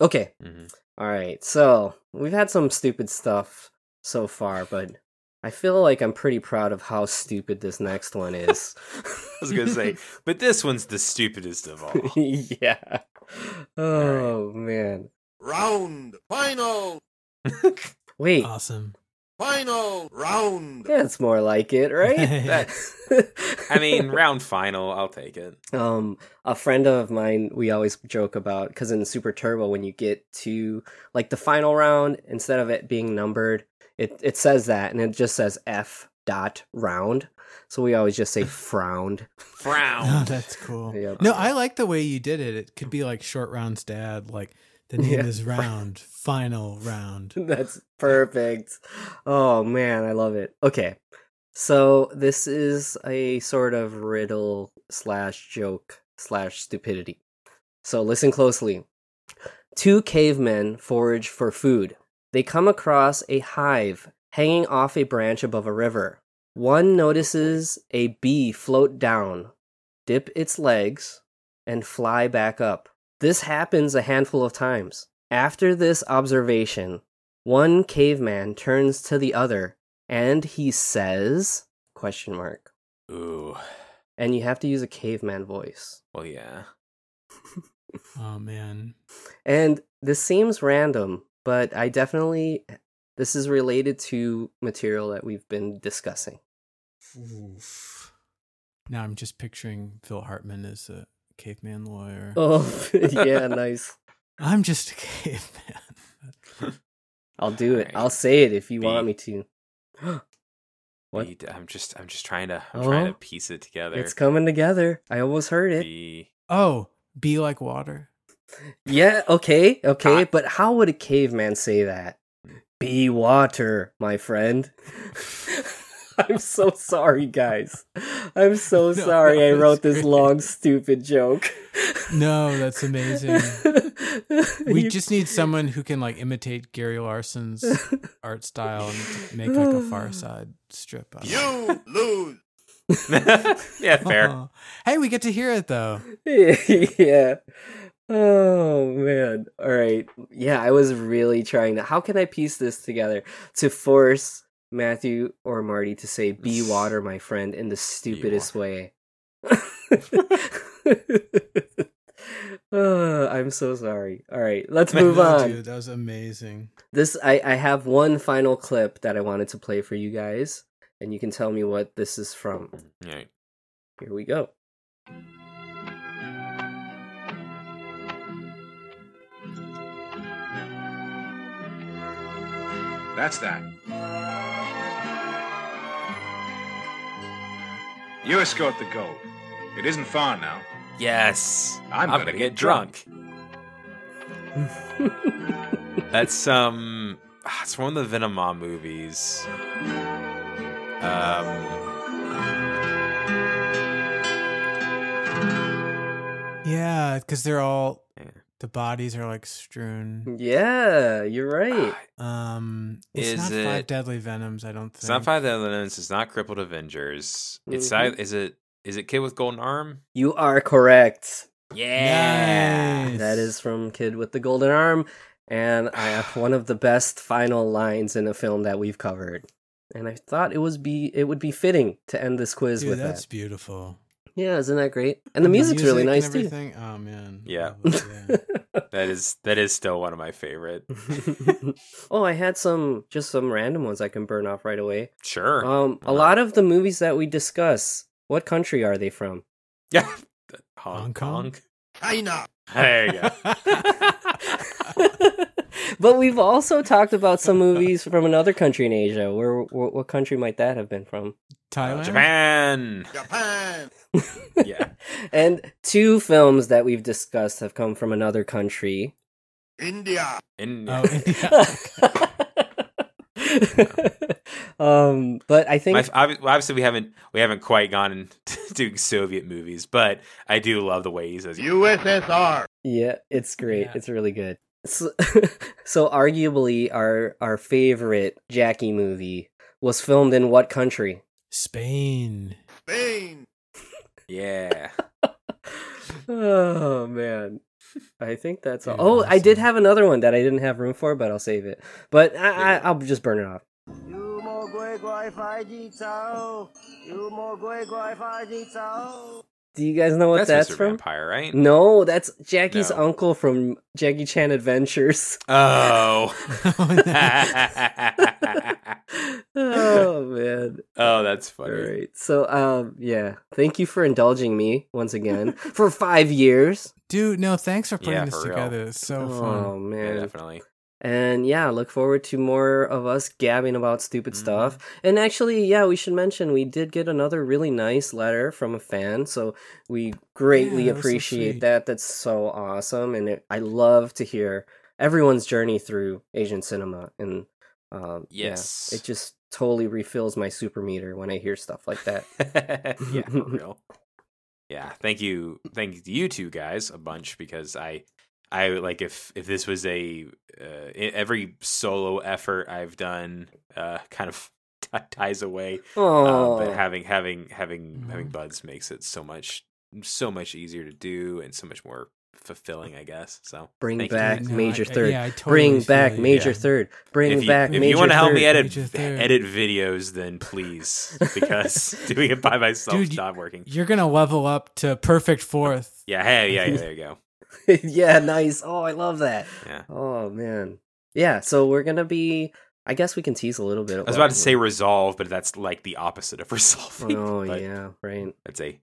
Speaker 3: Okay,
Speaker 1: mhm.
Speaker 3: All right, so we've had some stupid stuff so far, but I feel like I'm pretty proud of how stupid this next one is.
Speaker 1: I was gonna say, but this one's the stupidest of all.
Speaker 3: yeah. Oh man.
Speaker 4: Round final.
Speaker 3: Wait.
Speaker 1: Uh.
Speaker 2: Awesome.
Speaker 4: Final round.
Speaker 3: That's more like it, right?
Speaker 1: That's- I mean, round final, I'll take it.
Speaker 3: um a friend of mine we always joke about cuz in Super Turbo when you get to like the final round instead of it being numbered, it it says that and it just says F dot round. So we always just say frowned.
Speaker 2: Oh,
Speaker 1: Frown.
Speaker 2: that's cool.
Speaker 3: Yep.
Speaker 2: No, I like the way you did it. It could be like short rounds dad, like the name
Speaker 3: Yeah.
Speaker 2: is round, final round.
Speaker 3: That's perfect. Oh man, I love it. Okay. So this is a sort of riddle slash joke slash stupidity. So listen closely. Two cavemen forage for food. They come across a hive hanging off a branch above a river. One notices a bee float down, dip its legs, and fly back up. This happens a handful of times. After this observation, one caveman turns to the other and he says, question mark.
Speaker 1: Ooh,
Speaker 3: and you have to use a caveman voice.
Speaker 1: Well, yeah.
Speaker 2: Oh man.
Speaker 3: And this seems random, but I definitely this is related to material that we've been discussing.
Speaker 2: Oof. Now I'm just picturing Phil Hartman as a caveman lawyer.
Speaker 3: Oh, yeah, nice.
Speaker 2: I'm just a caveman.
Speaker 3: I'll do it.
Speaker 1: Alright.
Speaker 3: I'll say it if you want
Speaker 1: Beat.
Speaker 3: me to. What?
Speaker 1: Be- I'm just I'm just trying to I'm trying
Speaker 3: Oh.
Speaker 1: to piece it together.
Speaker 3: It's coming together. I almost heard it.
Speaker 1: Be-
Speaker 2: oh, be like water.
Speaker 3: Yeah, okay, okay,
Speaker 1: Ah.
Speaker 3: but how would a caveman say that? Be water, my friend. I'm so sorry, guys. I'm so
Speaker 2: No,
Speaker 3: sorry
Speaker 2: no,
Speaker 3: I
Speaker 2: that's
Speaker 3: wrote this
Speaker 2: great.
Speaker 3: long, stupid joke.
Speaker 2: No, that's amazing. We just need someone who can like imitate Gary Larson's art style and make like a Far Side strip. Out of it.
Speaker 4: You lose.
Speaker 1: yeah, fair.
Speaker 2: Oh. Hey, we get to hear it though.
Speaker 3: yeah. Oh man. All right. Yeah, I was really trying to. How can I piece this together to force Matthew or Marty to say "be water, my friend" in the stupidest way? oh, I'm so sorry. All right, let's move
Speaker 2: No,
Speaker 3: on.
Speaker 2: dude, that was amazing.
Speaker 3: This I I have one final clip that I wanted to play for you guys, and you can tell me what this is from.
Speaker 1: Alright.
Speaker 3: Here we go.
Speaker 9: That's that. You escort the gold. It isn't far now.
Speaker 1: Yes.
Speaker 9: I'm
Speaker 1: gonna, get drunk. That's um ah, it's one of the Venomon movies. Um
Speaker 2: Yeah, because they're all
Speaker 1: Yeah.
Speaker 2: the bodies are like strewn.
Speaker 3: Yeah, you're right.
Speaker 1: ah,
Speaker 2: Um, it's
Speaker 1: Is
Speaker 2: not five
Speaker 1: it-
Speaker 2: deadly venoms. I don't think
Speaker 1: it's not Five Deadly Elements, it's not Crippled Avengers. It's
Speaker 3: Mhm.
Speaker 1: ei- is it is it Kid with Golden Arm?
Speaker 3: You are correct.
Speaker 1: Yeah.
Speaker 2: Nice.
Speaker 3: That is from Kid with the Golden Arm, and I have one of the best final lines in a film that we've covered. And I thought it was be it would be fitting to end this quiz
Speaker 2: Dude,
Speaker 3: with
Speaker 2: that's
Speaker 3: that.
Speaker 2: beautiful.
Speaker 3: Yeah, isn't that great? And the music's really nice
Speaker 2: music and
Speaker 3: too.
Speaker 2: everything. Oh man.
Speaker 1: Yeah.
Speaker 2: I love that.
Speaker 1: That is that is still one of my favorite.
Speaker 3: oh, I had some just some random ones I can burn off right away.
Speaker 1: Sure.
Speaker 3: Um, a
Speaker 1: Wow.
Speaker 3: lot of the movies that we discuss, what country are they from?
Speaker 1: yeah.
Speaker 2: Hong Kong?
Speaker 4: China.
Speaker 1: There you go. Oh,
Speaker 3: but we've also talked about some movies from another country in Asia. Where, wh- what country might that have been from?
Speaker 1: Uh,
Speaker 2: Thailand.
Speaker 1: Japan.
Speaker 4: Japan.
Speaker 1: Yeah.
Speaker 3: And two films that we've discussed have come from another country.
Speaker 4: India.
Speaker 1: In,
Speaker 2: Oh, India.
Speaker 3: um, but I think
Speaker 1: My, obvi- well, obviously, we haven't we haven't quite gone into doing Soviet movies, but I do love the way he says.
Speaker 4: USSR.
Speaker 3: Yeah, it's great.
Speaker 2: Yeah.
Speaker 3: It's really good. So, so arguably our our favorite Jackie movie was filmed in what country?
Speaker 2: Spain.
Speaker 4: Spain.
Speaker 1: Yeah,
Speaker 3: Oh man. I think that's all.
Speaker 2: Dude,
Speaker 3: Oh, I did
Speaker 2: awesome.
Speaker 3: have another one that I didn't have room for, but I'll save it. But I, I, I'll just burn it off.
Speaker 7: 妖魔鬼怪快啲走，妖魔鬼怪快啲走。
Speaker 3: Do you guys know what
Speaker 1: that's,
Speaker 3: that's,
Speaker 1: Mr.
Speaker 3: from? Mm.
Speaker 1: Vampire, right?
Speaker 3: No, that's Jackie's
Speaker 1: No.
Speaker 3: uncle from Jackie Chan Adventures.
Speaker 1: Oh,
Speaker 2: Oh, no.
Speaker 3: oh man.
Speaker 1: oh, that's
Speaker 3: All
Speaker 1: funny.
Speaker 3: right. So um yeah, thank you for indulging me once again for 5 years.
Speaker 2: Dude, no, thanks for putting
Speaker 1: Yeah,
Speaker 2: this
Speaker 1: for real.
Speaker 2: together. It's so
Speaker 3: Oh
Speaker 2: fun.
Speaker 1: Yeah,
Speaker 3: man.
Speaker 1: definitely.
Speaker 3: and yeah, look forward to more of us gabbing about stupid
Speaker 1: Mhm.
Speaker 3: stuff. And actually, yeah, we should mention we did get another really nice letter from a fan, so we greatly
Speaker 2: Yeah, that was so
Speaker 3: appreciate
Speaker 2: sweet.
Speaker 3: that. That's so awesome, and it, I love to hear everyone's journey through Asian cinema. And um, yeah,
Speaker 1: Yes.
Speaker 3: it just totally refills my super meter when I hear stuff like that.
Speaker 1: yeah, for real. Yeah, thank you, thank you two guys a bunch because I, I like if if this was a uh, e- every solo effort I've done uh kind of t- ties away
Speaker 3: Oh, Mm-hmm.
Speaker 1: um, but having having having having
Speaker 2: Mhm.
Speaker 1: buds makes it so much so much easier to do and so much more fulfilling, I guess. So
Speaker 3: Bring
Speaker 1: thank you.
Speaker 3: back
Speaker 2: No, I-
Speaker 3: major
Speaker 2: I-
Speaker 3: third.
Speaker 2: yeah, I totally
Speaker 3: Bring back
Speaker 2: feel you.
Speaker 3: major
Speaker 1: Yeah.
Speaker 3: third. Bring
Speaker 1: if you,
Speaker 3: back
Speaker 1: if
Speaker 3: major
Speaker 1: you want to help
Speaker 3: third.
Speaker 1: me edit
Speaker 2: Major third.
Speaker 1: edit videos, then please, because doing it by myself
Speaker 2: Dude,
Speaker 1: is
Speaker 2: you-
Speaker 1: not working.
Speaker 2: You're gonna level up to perfect fourth.
Speaker 1: Yeah, hey, yeah, yeah, there you go.
Speaker 3: yeah, nice. Oh, I love that.
Speaker 1: Yeah.
Speaker 3: Oh man. Yeah, so we're gonna be I guess we can tease a little bit.
Speaker 1: I was about to say resolve, but that's like the opposite of resolving.
Speaker 3: Oh
Speaker 1: but
Speaker 3: yeah, right.
Speaker 1: That's a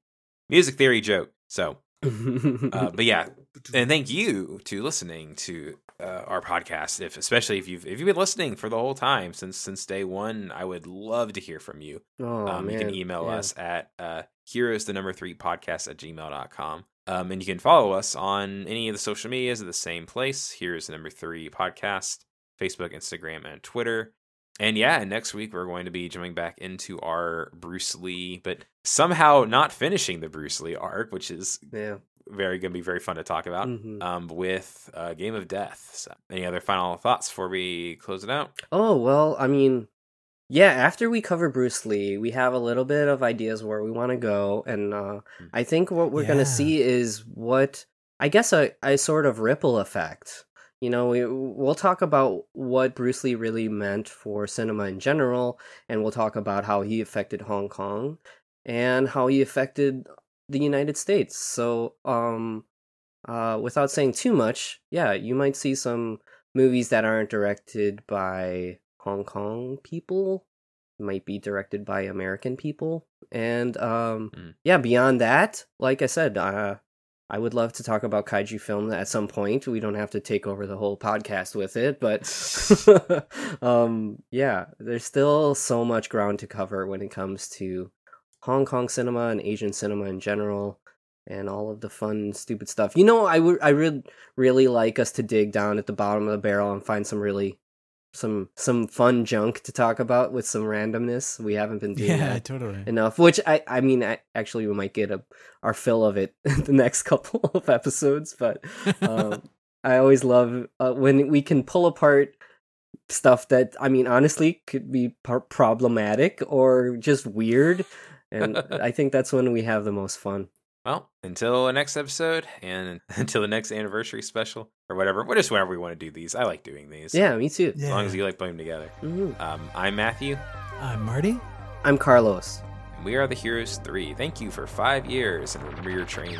Speaker 1: music theory joke. So, uh, but yeah, and thank you to listening to uh, our podcast. If especially if you've if you've been listening for the whole time since since day one, I would love to hear from you.
Speaker 3: oh,
Speaker 1: um, you can
Speaker 3: man.
Speaker 1: email
Speaker 3: Yeah.
Speaker 1: us at uh, heroes the number three podcast at gmail.com um, and you can follow us on any of the social medias at the same place heroes the number three podcast facebook instagram and twitter and yeah and next week we're going to be jumping back into our bruce lee but somehow not finishing the bruce lee arc which is
Speaker 3: Yeah.
Speaker 1: very going to be very fun to talk about
Speaker 3: Mhm.
Speaker 1: um, with uh, game of death so any other final thoughts before we close it out
Speaker 3: Oh, well, I mean, yeah, after we cover Bruce Lee, we have a little bit of ideas where we want to go. And uh, I think what we're going
Speaker 2: Yeah.
Speaker 3: to see is what I guess a, a sort of ripple effect. You know, we, we'll talk about what Bruce Lee really meant for cinema in general, and we'll talk about how he affected Hong Kong and how he affected the United States. So, um, uh, without saying too much, yeah, you might see some movies that aren't directed by Hong Kong people might be directed by American people. And um,
Speaker 1: Mm.
Speaker 3: yeah, beyond that, like I said, uh, I would love to talk about kaiju film at some point. We don't have to take over the whole podcast with it, but um, yeah, there's still so much ground to cover when it comes to Hong Kong cinema and Asian cinema in general. And all of the fun, stupid stuff. You know, I would, I would really like us to dig down at the bottom of the barrel and find some really some some fun junk to talk about with some randomness. We haven't been doing
Speaker 2: Yeah,
Speaker 3: that
Speaker 2: totally.
Speaker 3: enough. Which I I mean, I, actually, we might get a, our fill of it the next couple of episodes. But um, I always love uh, when we can pull apart stuff that I mean, honestly, could be par- problematic or just weird. And I think that's when we have the most fun.
Speaker 1: Well, until the next episode and until the next anniversary special or whatever, what just whenever we want to do these. I like doing these.
Speaker 3: Yeah, me too.
Speaker 1: As long as you like putting them together.
Speaker 3: Mhm.
Speaker 1: Um, I'm Matthew,
Speaker 2: I'm Uh, Marty.
Speaker 3: I'm Carlos.
Speaker 1: and we are the Heroes 3. Thank you for five years and remember your training.